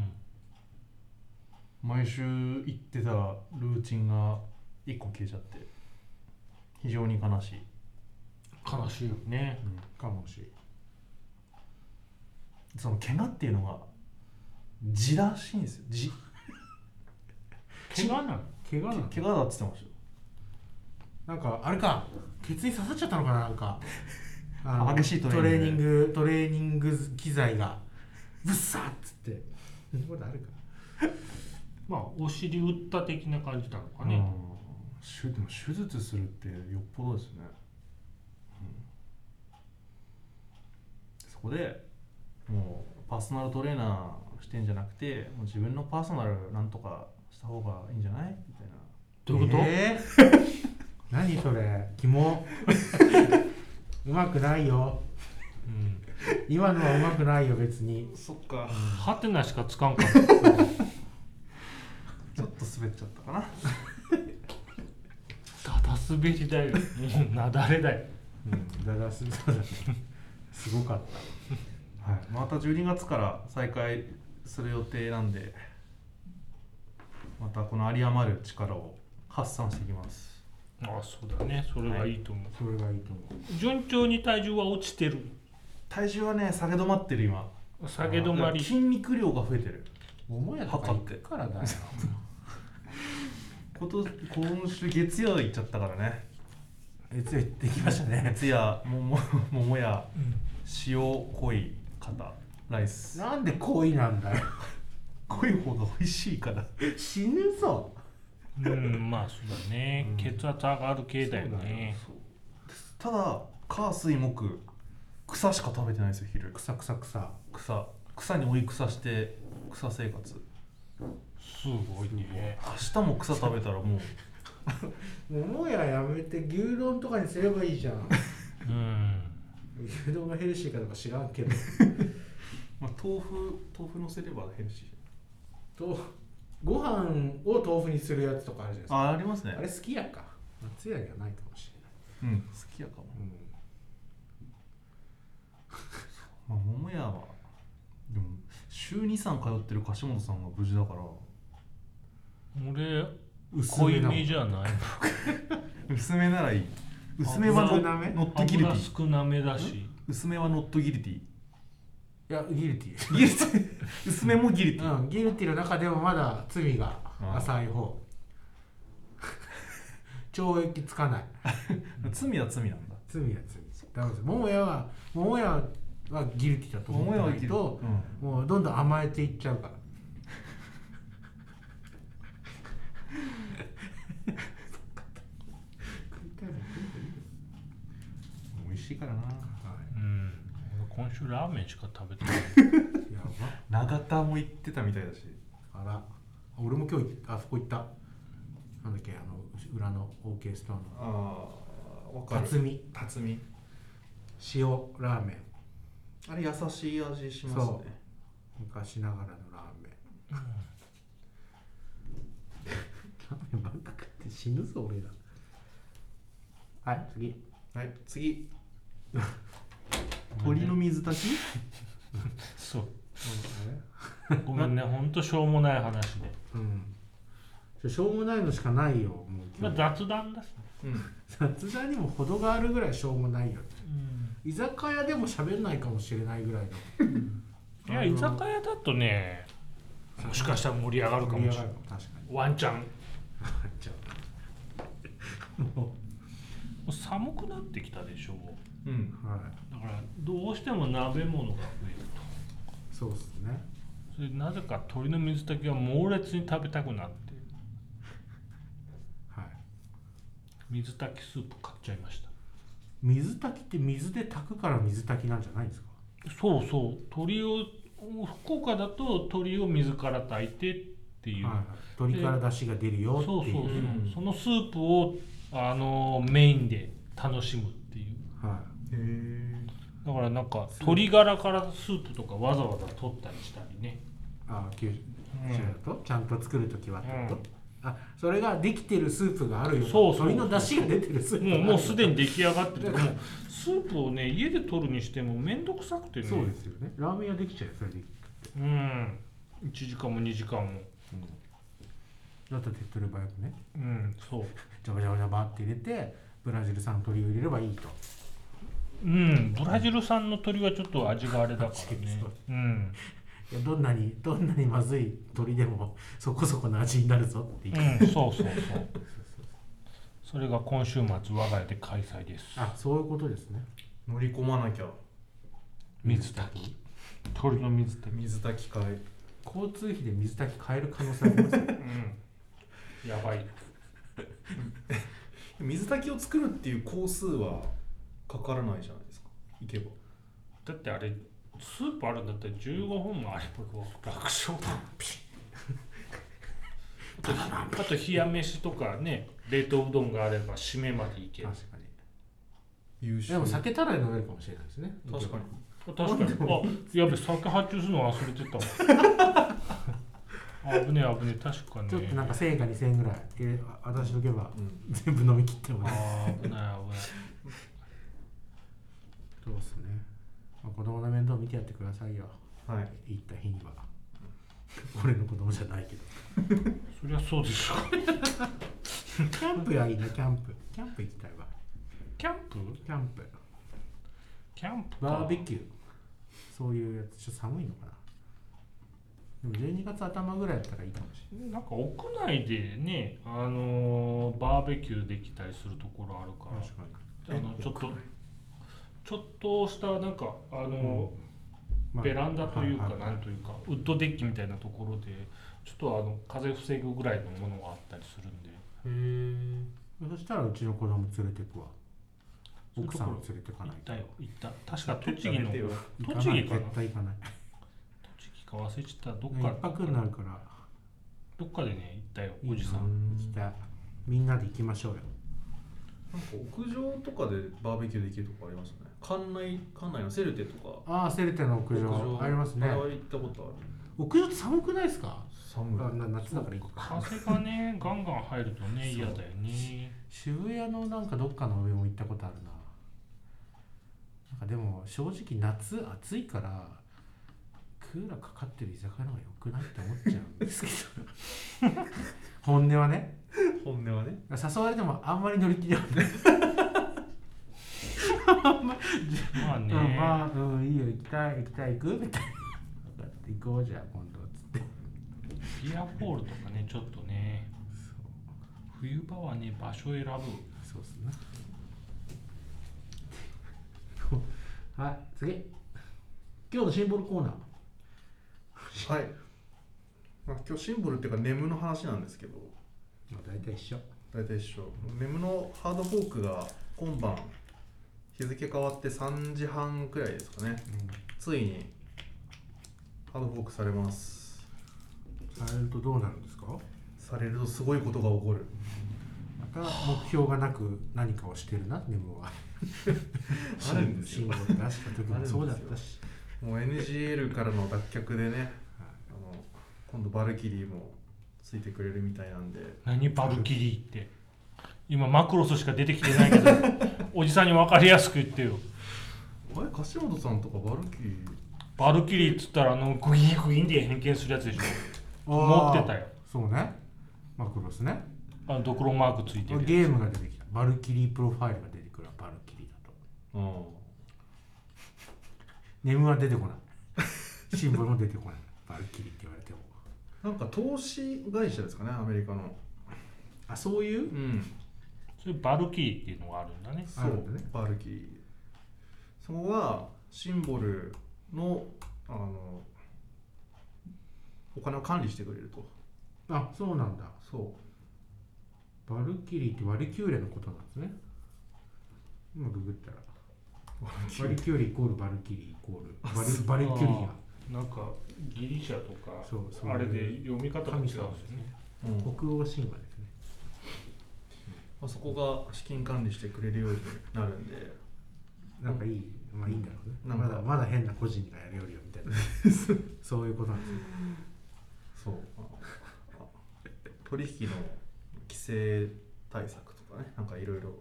S3: 毎週行ってたルーチンが1個消えちゃって非常に悲しい、
S2: 悲しいよね
S1: かもしれん
S3: その怪我っていうのが字らしいんですよ字
S1: 怪我なの怪我なの
S3: 怪我だっつってました
S1: な
S3: よ
S1: んかあれか血に刺さっちゃったのかななんかあの
S3: 激しいトレーニン
S1: トレーニングトレーニング機材がぶっさーっつってそんなことあるか
S2: まあお尻打った的な感じなのか
S3: う
S2: ね、
S3: ん手でも手術するってよっぽどですね、うんそこでもうパーソナルトレーナーしてんじゃなくてもう自分のパーソナルなんとかした方がいいんじゃないみたいな
S2: どういうこと、
S1: えー 何それ肝 うまくないよ
S2: うん
S1: 今のはうまくないよ別に
S3: そっか
S2: ハテナしかつかんかっ
S3: ちょっと滑っちゃったかな
S2: たただ滑りだよもうなだれだよ
S1: うんだだすそうだねすごかっ
S3: はい、また12月から再開する予定なんでまたこの有り余る力を発散していきます
S2: あそうだねそれがいいと思う、
S1: たそれがいいと思
S2: 順調に体重は落ちてる
S3: 体重はね下げ止まってる今
S2: 下げ止まり
S3: 筋肉量が増えてる
S1: う桃屋とか行くからだよ
S3: こと今週月曜行っちゃったからね
S1: えつい行ってきましたね
S3: 月夜もも ももや
S2: うん
S3: 塩濃い方ライス
S1: なんで恋なんだよ
S3: 濃い方が美味しいから
S1: 死ぬぞ
S2: うん、まあそうだね、
S3: うん
S2: 血圧上がる系だよね
S3: そうただ火水木草しか食べてないですよ昼
S1: くさくさくさ
S3: 草草に追い草して草生活
S2: すごいね
S3: 明日も草食べたらもう
S1: 桃屋やめて牛丼とかにすればいいじゃん
S2: うん
S1: 牛丼がヘルシーかどうか知らんけど
S3: まあ豆腐豆腐のせればヘルシー
S1: とご飯を豆腐にするやつとかあるじゃないですか
S3: ああります
S1: あれ
S3: ね
S1: 好きやか松屋にはないかもし
S3: うん好きやかも、
S1: れない、
S3: まあ、桃屋はでも週23通ってる樫本さんが無事だから
S2: 俺
S1: 薄
S2: 濃
S1: め
S2: い
S1: な
S2: めじゃない
S3: 薄めならいい薄めはノ
S1: 薄めなめ
S3: ノットギルテ
S2: 油
S3: ィ
S2: 少なめだし
S3: 薄めはノットギルティ
S1: いやギルティ
S3: ギルティ 薄めもギルティ
S1: うん、ギルティの中でもまだ罪が浅い方 懲役つかない
S3: 罪は罪なんだ
S1: 罪は罪ダメです桃屋は桃屋はギルティだと思
S3: 桃屋
S1: ってな
S3: はギ
S1: い
S3: ルティ
S1: と
S3: うん
S1: もうどんどん甘えていっちゃうから食いたいもん食う
S3: 美味しいからな
S1: はい
S2: うん俺今週ラーメンしか食べてない
S1: や
S3: 永田も行ってたみたいだし
S1: ばあら俺も今日あそこ行ったなんだっけあの裏のオーケーストアの
S3: ああ分
S1: 辰巳
S3: 辰巳
S1: 塩ラーメン
S3: あれ優しい味します
S1: そう
S3: ね
S1: 昔ながらのラーメンラーメンばっか食って死ぬぞ俺らはい次
S3: はい 次鳥の水炊き
S2: そうごめんねほんとしょうもない話で、
S1: うんちょしょうもないのしかないよもう
S2: ま
S1: 今
S2: あ、
S1: 日
S2: 雑談だしね、
S3: うん
S1: 雑談にも程があるぐらいしょうもないよ居酒屋でも喋んないかもしれないぐらいの
S2: いや
S1: あの
S2: 居酒屋だとねもしかしたら盛り上がるかもしれない
S1: 盛り上がるか確かに
S2: ワンチャンも
S1: ちょっとも
S2: う寒くなってきたでしょ
S3: うん
S1: うはい
S2: だからどうしても鍋物が増えると
S1: そうですね
S2: それでなぜか鶏の水炊きは猛烈に食べたくなって
S1: はい
S2: 水炊きスープ買っちゃいました
S1: 水炊きって水で炊くから水炊きなんじゃないんですか
S2: そうそう鶏を福岡だと鶏を水から炊いてっていう、
S1: はいはい、鶏から出汁が出るよ
S2: そ
S1: っ
S2: う
S1: て
S2: そう
S1: いう
S2: そう、
S3: うん
S2: そのスープをあのメインで楽しむっていう
S1: は
S3: へえ
S2: だからなんか鶏ガラからスープとかわざわざ取ったりしたりね、
S1: い、あ九州
S2: うん
S1: だとちゃんと作る時はってこと、
S2: うん
S1: あそれができてるスープがあるよ
S2: そうそう
S1: 鶏の出汁が出てるスープがあ
S2: もう
S1: る
S2: もうすでに出来上がって
S1: だ
S2: る
S1: から
S2: もうスープをね家で取るにしても面倒くさくてね
S1: そうですよねラーメン屋できちゃうよそれで
S2: うん1時間も2時間も
S1: だったら手っ取り早くね
S2: うんそう
S1: ジャバジャバジャバって入れてブラジル産の鶏を入れればいいと
S2: うんブラジル産の鶏はちょっと味があれだからねうん、
S1: いやどんなにどんなにまずい鶏でもそこそこの味になるぞっていう、
S2: うん、そうそうそうそれが今週末我が家で開催です
S1: あそういうことですね
S3: 乗り込まなきゃ
S2: 水炊き鶏の水炊き
S3: 水炊き替え
S1: 交通費で水炊き買える可能性あります よ
S2: うんやばい
S3: 水炊きを作るっていう工数はかからないじゃないですか行けば
S2: だってあれスープあるんだったら15本もあれば楽勝だ あとあと冷や飯とかね冷凍うどんがあれば締めまでいける
S1: 確かに
S3: 優秀
S1: でも酒たらで飲めるかもしれないですね
S3: 確かに
S2: 確かにあやべ酒発注するの忘れてた わ危ねえ危ねえ確かに
S1: ちょっとなんか1000円か2000円ぐらい入れあ渡しとけば
S3: うん
S1: 全部飲み切ってもら
S2: あー危ない危ない
S1: そうですね、まあ、子供の面倒見てやってくださいよ
S3: はい
S1: 行った日に は俺の子供じゃないけど
S2: そりゃそうでしょ
S1: キャンプはいいなキャンプキャンプ行きたいわ
S2: キャンプ
S1: キャンプ
S2: キャンプか
S1: バーベキューそういうやつちょっと寒いのかなでも12月頭ぐらいだったらいいかもし
S2: なんか屋内でね、あのーバーベキューできたりするところある
S1: れ
S2: か
S1: ない
S2: ら、
S1: かに、
S2: あのちょっとちょっとしたなんかあのー、
S1: まあ
S2: ベランダというか
S1: はは
S2: なんというかウッドデッキみたいなところでちょっとあの風防ぐぐらいのものがあったりするんで、
S3: へえ
S1: そしたらうちの子供連れてくわ
S2: そういう
S1: 奥
S2: と
S1: さ
S2: ころ
S1: んを連れてか
S2: 行
S1: ない
S2: っ
S1: と
S2: たよ行った確か栃木の
S3: よ
S1: 行
S2: 栃木
S1: かない
S2: かな
S1: 絶対行かない
S2: 栃木か忘れちゃったどっ
S1: 一
S2: か
S1: 泊になるから
S2: どっかでね行ったよ
S1: いい
S2: お
S1: な
S2: じさん
S1: 行きたいみんなで行きましょうよ
S3: なんか屋上とかでバーベキューできるとこありますよね館内館内のセルテとか
S1: ああセルテの屋上ありますね
S3: あれは行ったことある
S1: 屋上って寒くないですか
S3: 寒
S1: あな夏だから行くか
S2: 風がねガンガン入るとね嫌だよね
S1: 渋谷のなんかどっかの上も行ったことあるななんかでも正直夏暑いからクーラーかかってる居酒屋の方が良くないって思っちゃうんですけど 本音はね
S3: 本音はね
S1: 誘われてもあんまり乗り気じゃない、う
S2: まあね、
S1: ん、まあ、うん、いいよ行きたい行きたい行くみたいな 行こうじゃあ今度つって
S2: ビアホールとかねちょっとね冬場はね場所選ぶ
S1: そうっすね はい次今日のシンボルコーナー
S3: はい、まあ、今日シンボルっていうかネムの話なんですけど
S1: まあ大体一緒
S3: 大体一緒ネムのハードフォークが今晩日付変わって3時半くらいですかねついにハードフォークされます
S1: されるとどうなるんですか
S3: されるとすごいことが起こる
S1: また目標がなく何かをしてるなネム は
S3: あるんです
S1: 信
S3: よ
S1: 号出した時もそうだっ
S3: あるん
S1: た
S3: で
S1: し
S3: もう NGL からの脱却でねあの今度バルキリーもついてくれるみたいなんで
S2: 何バルキリーって今マクロスしか出てきてないけ どおじさんに分かりやすく言ってよ
S3: あれ柏本さんとかバルキリー
S2: バルキリーっつったらあのグイーグインで変形するやつでしょ持ってたよ
S1: そうねマクロスね
S2: あのドクロマークついてる
S1: ゲームが出てきたバルキリープロファイルが出てくるわバルキリーだと
S3: うん
S1: ネムは出て こないシンボルも出てこないバルキリーって言われても
S3: なんか投資会社ですかねアメリカの
S1: あそういう
S3: うん
S2: それバルキリーっていうのがあるんだね
S3: そ
S1: ある
S3: うん
S1: だね
S3: バルキリーそこはシンボルのあのお金を管理してくれると
S1: あそうなんだ
S3: そ
S1: バルキリーってワルキューレのことなんですね今ググ ったら
S3: う
S1: バルキューレイコールバルキリーイコールバルバルキュリ
S2: なんかギリシャとか
S1: そうそう
S2: あれで読み方が違うんですよ
S1: 神様ですね
S2: ね。
S3: う
S1: ア
S3: ん
S1: 北欧神話ですね
S3: まあ、そこが資金管理してくれるようになるんで
S1: なんかいい、まあいいんだろうね
S3: なん
S1: ま
S3: か
S1: だまだ変な個人がやるよりはみたいなそういうことなんですね
S3: そうあ取引の規制対策とかねなんかいろいろ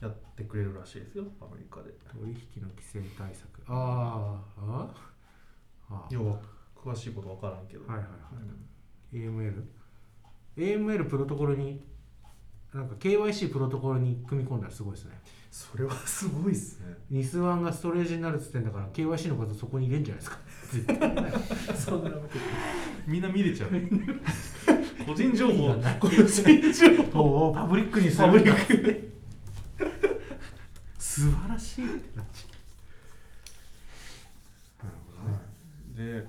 S3: やってくれるらしいですよアメリカで
S1: 取引の規制対策あーあああ
S3: 要は詳しいことわからんけど、
S1: はいはいは
S3: うん
S1: い AML AML プロトコルになんか KYC プロトコルに組み込んだらすごいですね
S3: それはすごいっすね
S1: ニスワンがストレージになるっつってんだから KYC の数そこに入れんじゃない ですか絶対ないそんなわけ
S3: みんな見れちゃう個人情
S1: 意味
S3: 報
S1: がない
S3: 個人情報
S1: おうパブリックにす
S3: パブ
S1: るん
S3: リ
S1: だ
S3: ック素晴らしい
S1: なっちゃうなるほどね、
S3: で、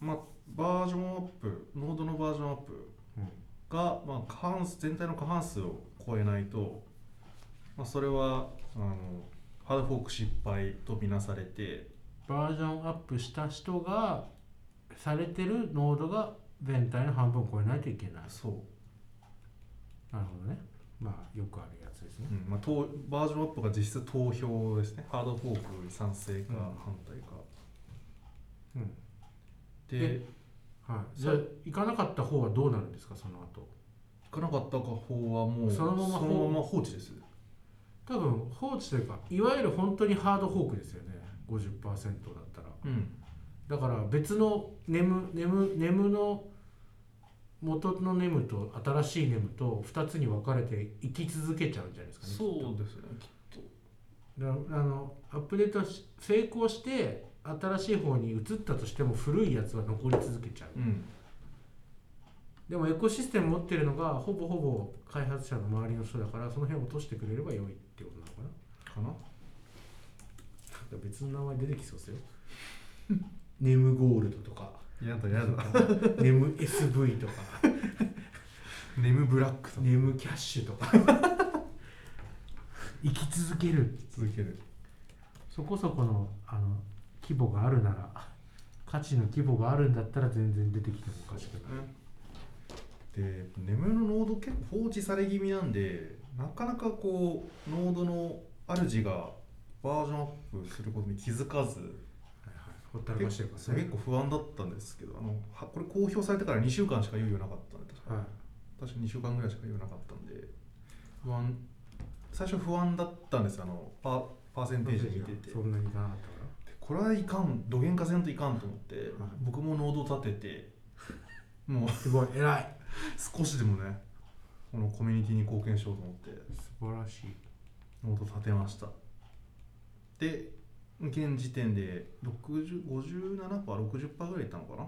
S3: まあ、バージョンアップノードのバージョンアップ
S1: うん
S3: が、まあ、過半数全体の過半数を超えないと、まあ、それはあのハードフォーク失敗とみなされて
S1: バージョンアップした人がされてるノードが全体の半分を超えないといけない
S3: そ
S1: なるほどねまあよくあるやつです
S3: う、
S1: ね
S3: うんまあ、投バージョンアップが実質投票ですねハードフォークに賛成か
S1: うん
S3: 反対か、
S1: うん
S3: で
S1: ではいじゃあ行かなかった方はどうなるんですかその後
S3: 行かなかった方はもう
S1: そのまま
S3: そのまま放置です
S1: 多分放置というかいわゆる本当にハードフォークですよね50%だったら
S3: うん
S1: だから別のネムネムネムの元のネムと新しいネムと2つに分かれて生き続けちゃうんじゃないですかねきっと
S3: そうですね
S1: だあのアップデートし成功して新しい方に移ったとしても古いやつは残り続けちゃう
S3: うん
S1: でもエコシステム持ってるのがほぼほぼ開発者の周りの人だからその辺落としてくれれば良いってことなのかな
S3: かな
S1: なんか別の名前出てきそう ですよネムゴールドとか
S3: やだやだ
S1: ネム SV とか
S3: ネムブラックと
S1: ネムキャッシュとか 生き続ける
S3: 続ける
S1: そこそこのあの規模があるなら価値の規模があるんだったら全然出てきてもおかしくない
S3: で眠るのノード結構放置され気味なんでなかなかこうノードの主がバージョンアップすることに気づか
S1: はい
S3: ず
S1: はいほったらかしてるから
S3: 結
S1: ね
S3: 構不安だったんですけどあのはこれ公表されてから2週間しか猶予なかったんで確か,、
S1: はい
S3: 確か2週間ぐらいしか猶予なかったんで不安最初不安だったんですよあのパパーセンテージ見てて
S1: そんなにいかなかっ
S3: でこれはいかんどげんかせんといかんと思って、
S1: はい
S3: 僕もノード立ててもう
S1: たからすごい偉い
S3: 少しでもねこのコミュニティに貢献しようと思って
S1: 素晴らしい
S3: ノート立てましたで現時点で60 57%か60%ぐらいいったのかな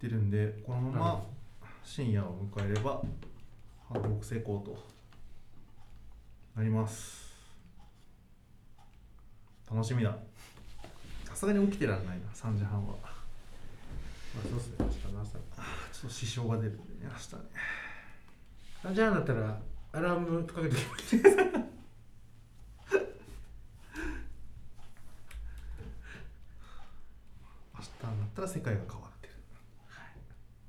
S3: 出るんでこのま
S1: なる
S3: ま深夜を迎えれば反復成功となります楽しみださすがに起きてられないな3時半は
S1: まあそうっすね明日の朝
S3: ちょっと支障が出るんでね明日ね
S1: あじゃあなったらアラームかけてきます
S3: 明日になったら世界が変わってる、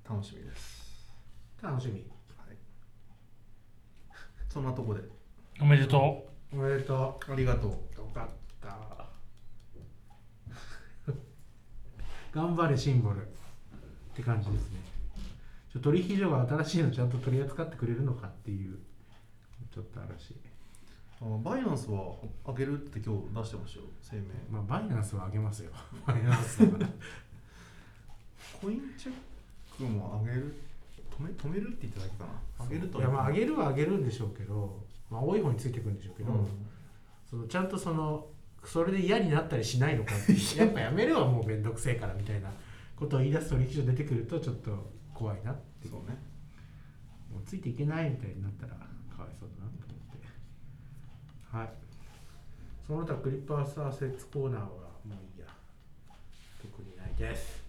S3: 楽しみです、
S1: 楽しみ
S3: はい、そんなとこで
S2: おめでと
S1: おめでと
S3: ありがとう
S1: うよかった 頑張れシンボルって感じですねちょ取引所が新しいのちゃんと取り扱ってくれるのかっていうちょっと嵐
S3: あバイナンスはあげるって今日出してましたよ声明
S1: まあバイナンスは上げますよバイナンスだから
S3: コインチェックもあげる止め止めるって言っただけかなあげる と
S1: いやまあ上げるは上げるんでしょうけど、まあ、多い方についてくるんでしょうけど、
S3: うん
S1: そのちゃんとそのそれで嫌になったりしないのかって いうやっぱやめるはもう面倒くせえからみたいなことを言い出す取引所出てくるとちょっと怖いなっていう
S3: そうね
S1: もうついていけないみたいになったらかわいそうだなと思ってはいその他クリッパーサー説コーナーはもういいや特にないです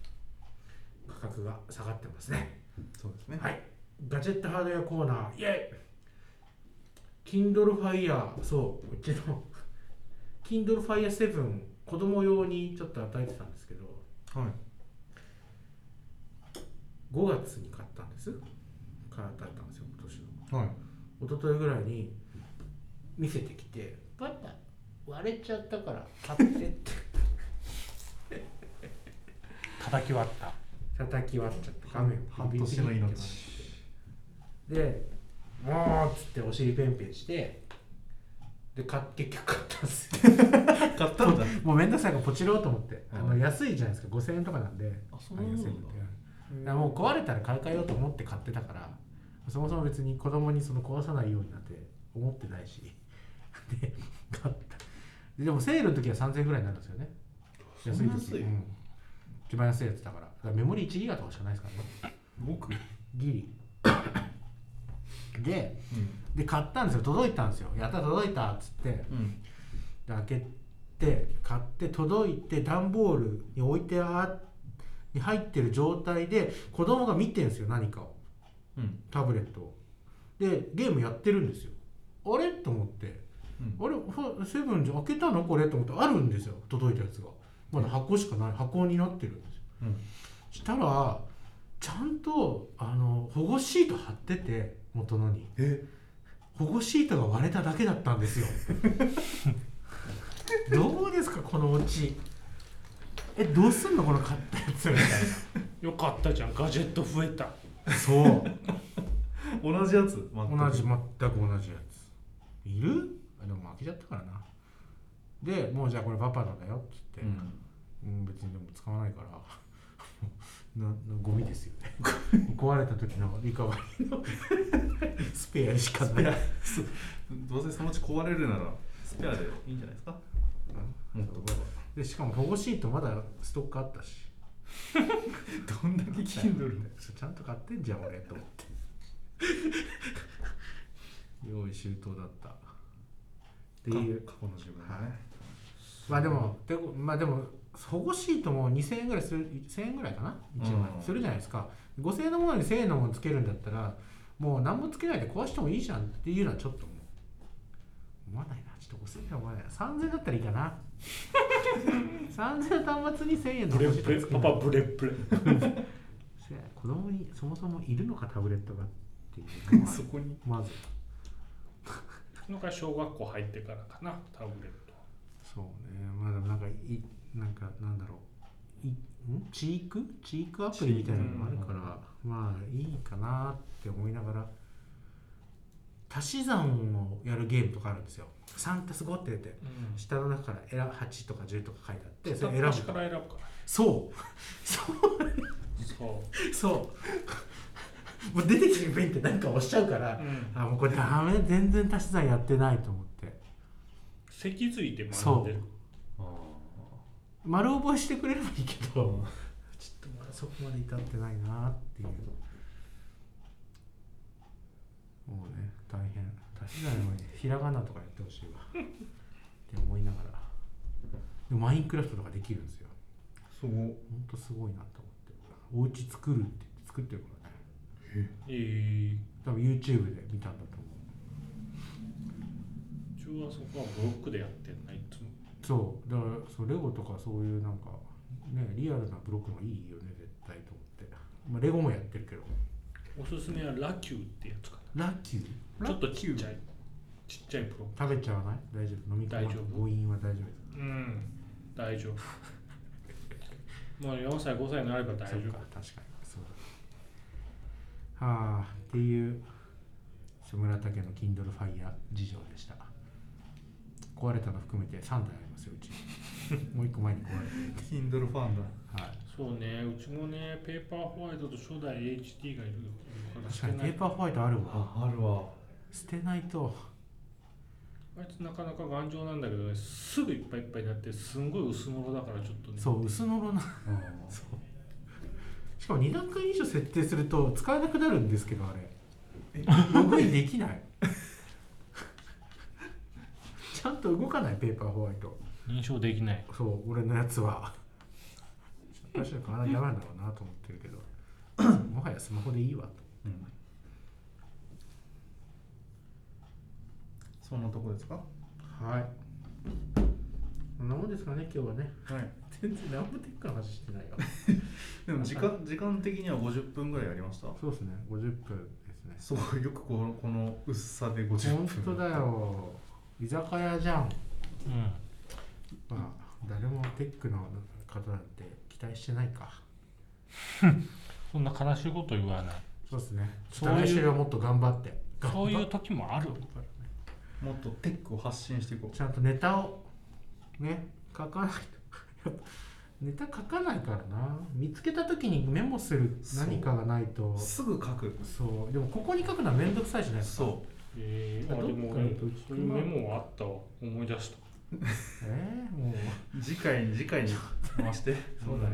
S1: か価格が下がってますね
S3: そうですね。
S1: はい。ガジェットハードウェアコーナー、イェイ !Kindle Fire、そう、うちの Kindle Fire 7、子供用にちょっと与えてたんですけど、
S3: はい。
S1: 5月に買ったんです。から与えたんですよ、今年の。
S3: はい。
S1: 一昨日ぐらいに見せてきて「パパ割れちゃったから買って」って
S2: 叩き割った
S1: 叩き割っちゃった画面を
S3: 半年の
S1: ビリビリって割れて
S3: 命。
S1: で「もう」っつってお尻ペンペンしてで買っ結局買ったんですよ
S3: 買ったんだ。
S1: もうめんどくさいからポチろうと思って、あ
S3: う
S1: の
S3: ん
S1: 安いじゃないですか5000円とかなんで
S3: あそうなんだ
S1: あ安いのでだからもう壊れたら買い替えようと思って買ってたからそもそも別に子供にその壊さないようになって思ってないし で買ったででもセールの時は3000円ぐらいになるんですよね
S3: そん
S1: 安
S3: ない安い
S1: 時うん、一番安いやつだからだからメモリ1ギガとかしかないですからね
S3: 僕。うん。
S1: ギリでで買ったんですよ届いたんですよやった届いたっつってで
S3: うん。
S1: 開けて買って届いて段ボールに置いてあに入ってる状態で子供が見てるんですよ何かを
S3: うん。
S1: タブレットをでゲームやってるんですよあれと思って
S3: うん。
S1: あれほセブンじゃ開けたのこれと思ってあるんですよ届いたやつがまだ箱しかない箱になってるんですよ
S3: うん。
S1: したらちゃんとあの保護シート貼ってて元のに
S3: え。
S1: 保護シートが割れただけだったんです よどうですかこのオチえどうすんのこの買ったやつみたい
S2: よかったじゃんガジェット増えた
S1: なそう
S3: 同じやつ。同
S1: 同じ全く同じやついるあでも負けちゃったからなでもうじゃあこれパパのだよっつって、
S3: うん。
S1: うん別にでも使わないから ななゴミですよね 壊れた時のリカバリーの スペアしかない
S3: すどうせそのうち壊れるならスペアでいいんじゃないですか
S1: うん
S3: もっとこ
S1: でしかも保護シートまだストックあったし
S3: どんだけ Kindle で
S1: ちゃんと買ってんじゃん俺と思って
S3: 用意周到だったっ
S1: っていう
S3: 過去の自分だね
S1: まあでもでこまあでも保護シートも2000円ぐらいする1000円ぐらいかな1枚
S3: うん
S1: するじゃないですか5000円のものに1000円のものつけるんだったらもう何もつけないで壊してもいいじゃんっていうのはちょっと思う思わないなちょっと5000円は思わないな3000円だったらいいか な3000円の端末に1000円の
S2: ブレ
S1: 保護シー
S2: ブレ
S1: トつけ
S2: パ
S1: る
S2: パブレブレ
S1: せや子供にそもそもいるのかタブレットがっていうの は
S3: そこに
S1: まず
S2: のが小学校入ってからかなタブレット
S1: そうねまあでもなんかいなんかなんだろういんチークチークアプリみたいなのもあるからまあいいかなって思いながら足し算をやるゲームとかあるんですよ3たす5って出て
S2: う
S1: 下の中から選ぶ8とか10とか書いてあってそれ
S2: ん
S1: 選
S2: 片っ端
S1: ぶ
S2: から選ぶから
S1: そうそう
S2: そ
S1: そうもう出てきてペンってなんか押しちゃうから
S2: う、うん、
S1: あもうこれダメ全然足し算やってないと思って
S2: 脊髄で学んでる
S3: あ
S1: 丸覚えしてくれればいいけ
S3: あ
S1: ど、ちょっとまだそこまで至ってないなっていうもうね大変足し算のにひらがなとかやってほしいわって思いながらでマインクラフトとかできるんですよ
S3: そう
S1: ほんとすごいなと思ってお家作るって言って作ってるからね
S2: えー、
S1: 多分 YouTube で見たんだと思
S2: うちはそこはブロックでやってんないつも
S1: うそうだからそうレゴとかそういうなんかねリアルなブロックの方がいいよね絶対と思って、まあ、レゴもやってるけど
S2: おすすめはラキューってやつか
S1: ラッキー
S2: なちょっとちっちゃいちっちゃいブロ
S1: 食べちゃわない大丈夫飲み込まない
S2: 大丈夫
S1: 誤飲は大丈夫
S2: ックうん 大丈夫もう4歳5歳になれば大丈
S1: そう
S2: 夫
S1: か確かにそうだはあっていう志村けの Kindle Fire 事情でした壊れたの含めて3台ありますよ うちもう1個前に壊れ
S3: Kindle ファンだ
S1: てはい
S2: そうねうちもねペーパーホワイトと初代 HD がいるから
S1: 確
S2: 捨
S1: か
S2: て
S1: にペ
S2: ない
S1: ーパーホワイトあるわ
S3: ああるわ
S1: 捨てないと
S2: あいつなかなか頑丈なんだけどねすぐいっぱいいっぱいになってすんごい薄物だからちょっとね
S1: そう薄のろなそうしかも2段階以上設定すると使えなくなるんですけどあれログインできない ちゃんと動かないペーパーホワイト
S2: 認証できない
S1: そう俺のやつは私は買わなきゃダメなんだろうなと思ってるけどもはやスマホでいいわと
S3: うんそんなとこですか
S1: はいこんなもんですかね今日はね
S3: はい
S1: 全然何もテックの話してないわ
S3: でも時間時間的には50分ぐらいありました
S1: そうですね50分ですね
S3: すごいよくこのこの薄さで50分
S1: 本当だよ居酒屋じゃん
S2: うん
S1: まあ誰もテックの方なんて期待してないか
S2: そんな悲しいこと言わない
S1: そうですねちょ
S2: そ
S1: っと
S2: ういう
S1: 来週はもっと頑張って頑張
S2: そういう
S1: っ
S2: 時もある
S3: もっとテックを発信していこ
S1: ちゃんとネタをね書かないと ネタ書かないからな見つけた時にメモする何かがないと
S3: うすぐ書く
S1: そうでもここに書くのは面倒くさいじゃないですか
S3: そ
S2: え
S1: ーあでも俺そういうメモ
S2: あったわ思い出した
S1: えー、もう
S3: う次回に次回に回して
S1: そうだよ、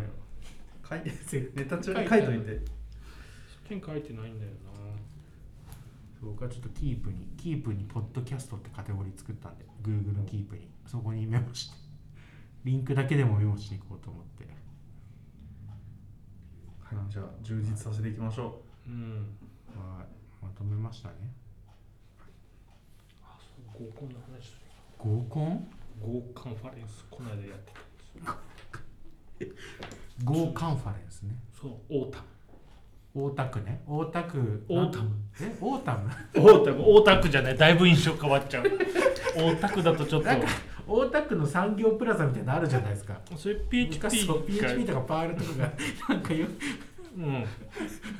S3: 書いてネタ帳に書いといて
S2: 試験書いてないんだよ
S1: そう僕はちょっとキープにキープにポッドキャストってカテゴリー作ったんで Google のキープにそこにメモしてリンクだけでもメモしていこうと思って
S3: はいじゃあ充実させていきましょ
S2: なうん
S1: はいまとめましたね
S2: あそう合コンの話す
S1: 合コン
S2: る合コンファレンスこの間やってたんですよ
S1: 合カンファレンスね
S2: そうオータム
S1: 大田区ね大田区
S2: オータム
S1: えオータム
S2: オータムオータクじゃないだいぶ印象変わっち ゃうオータクだとちょっ
S1: なんか大田区の産業プラザみたいなのあるじゃないですか
S2: とそれ
S1: 昔
S2: PHP
S1: そう
S2: か
S1: PHP とかパールとかがなんかよ
S2: うん
S3: う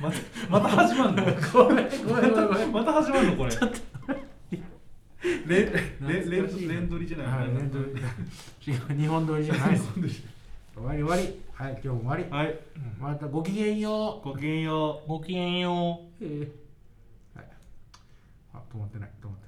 S3: ま たまた始まるの
S1: ごめんごめんごめんごめん
S3: また始まるのこれ レレレ
S1: 懐かしい
S3: ンレンドリじゃ
S1: は
S3: ない
S1: い連 ドリ違う日本撮りじゃないです終わり終わりはい今日も終わり
S3: はい
S1: またごきげんよ
S3: ごきげんよう
S2: ごきげんよう
S1: う、えーはいあ止まってない止まってない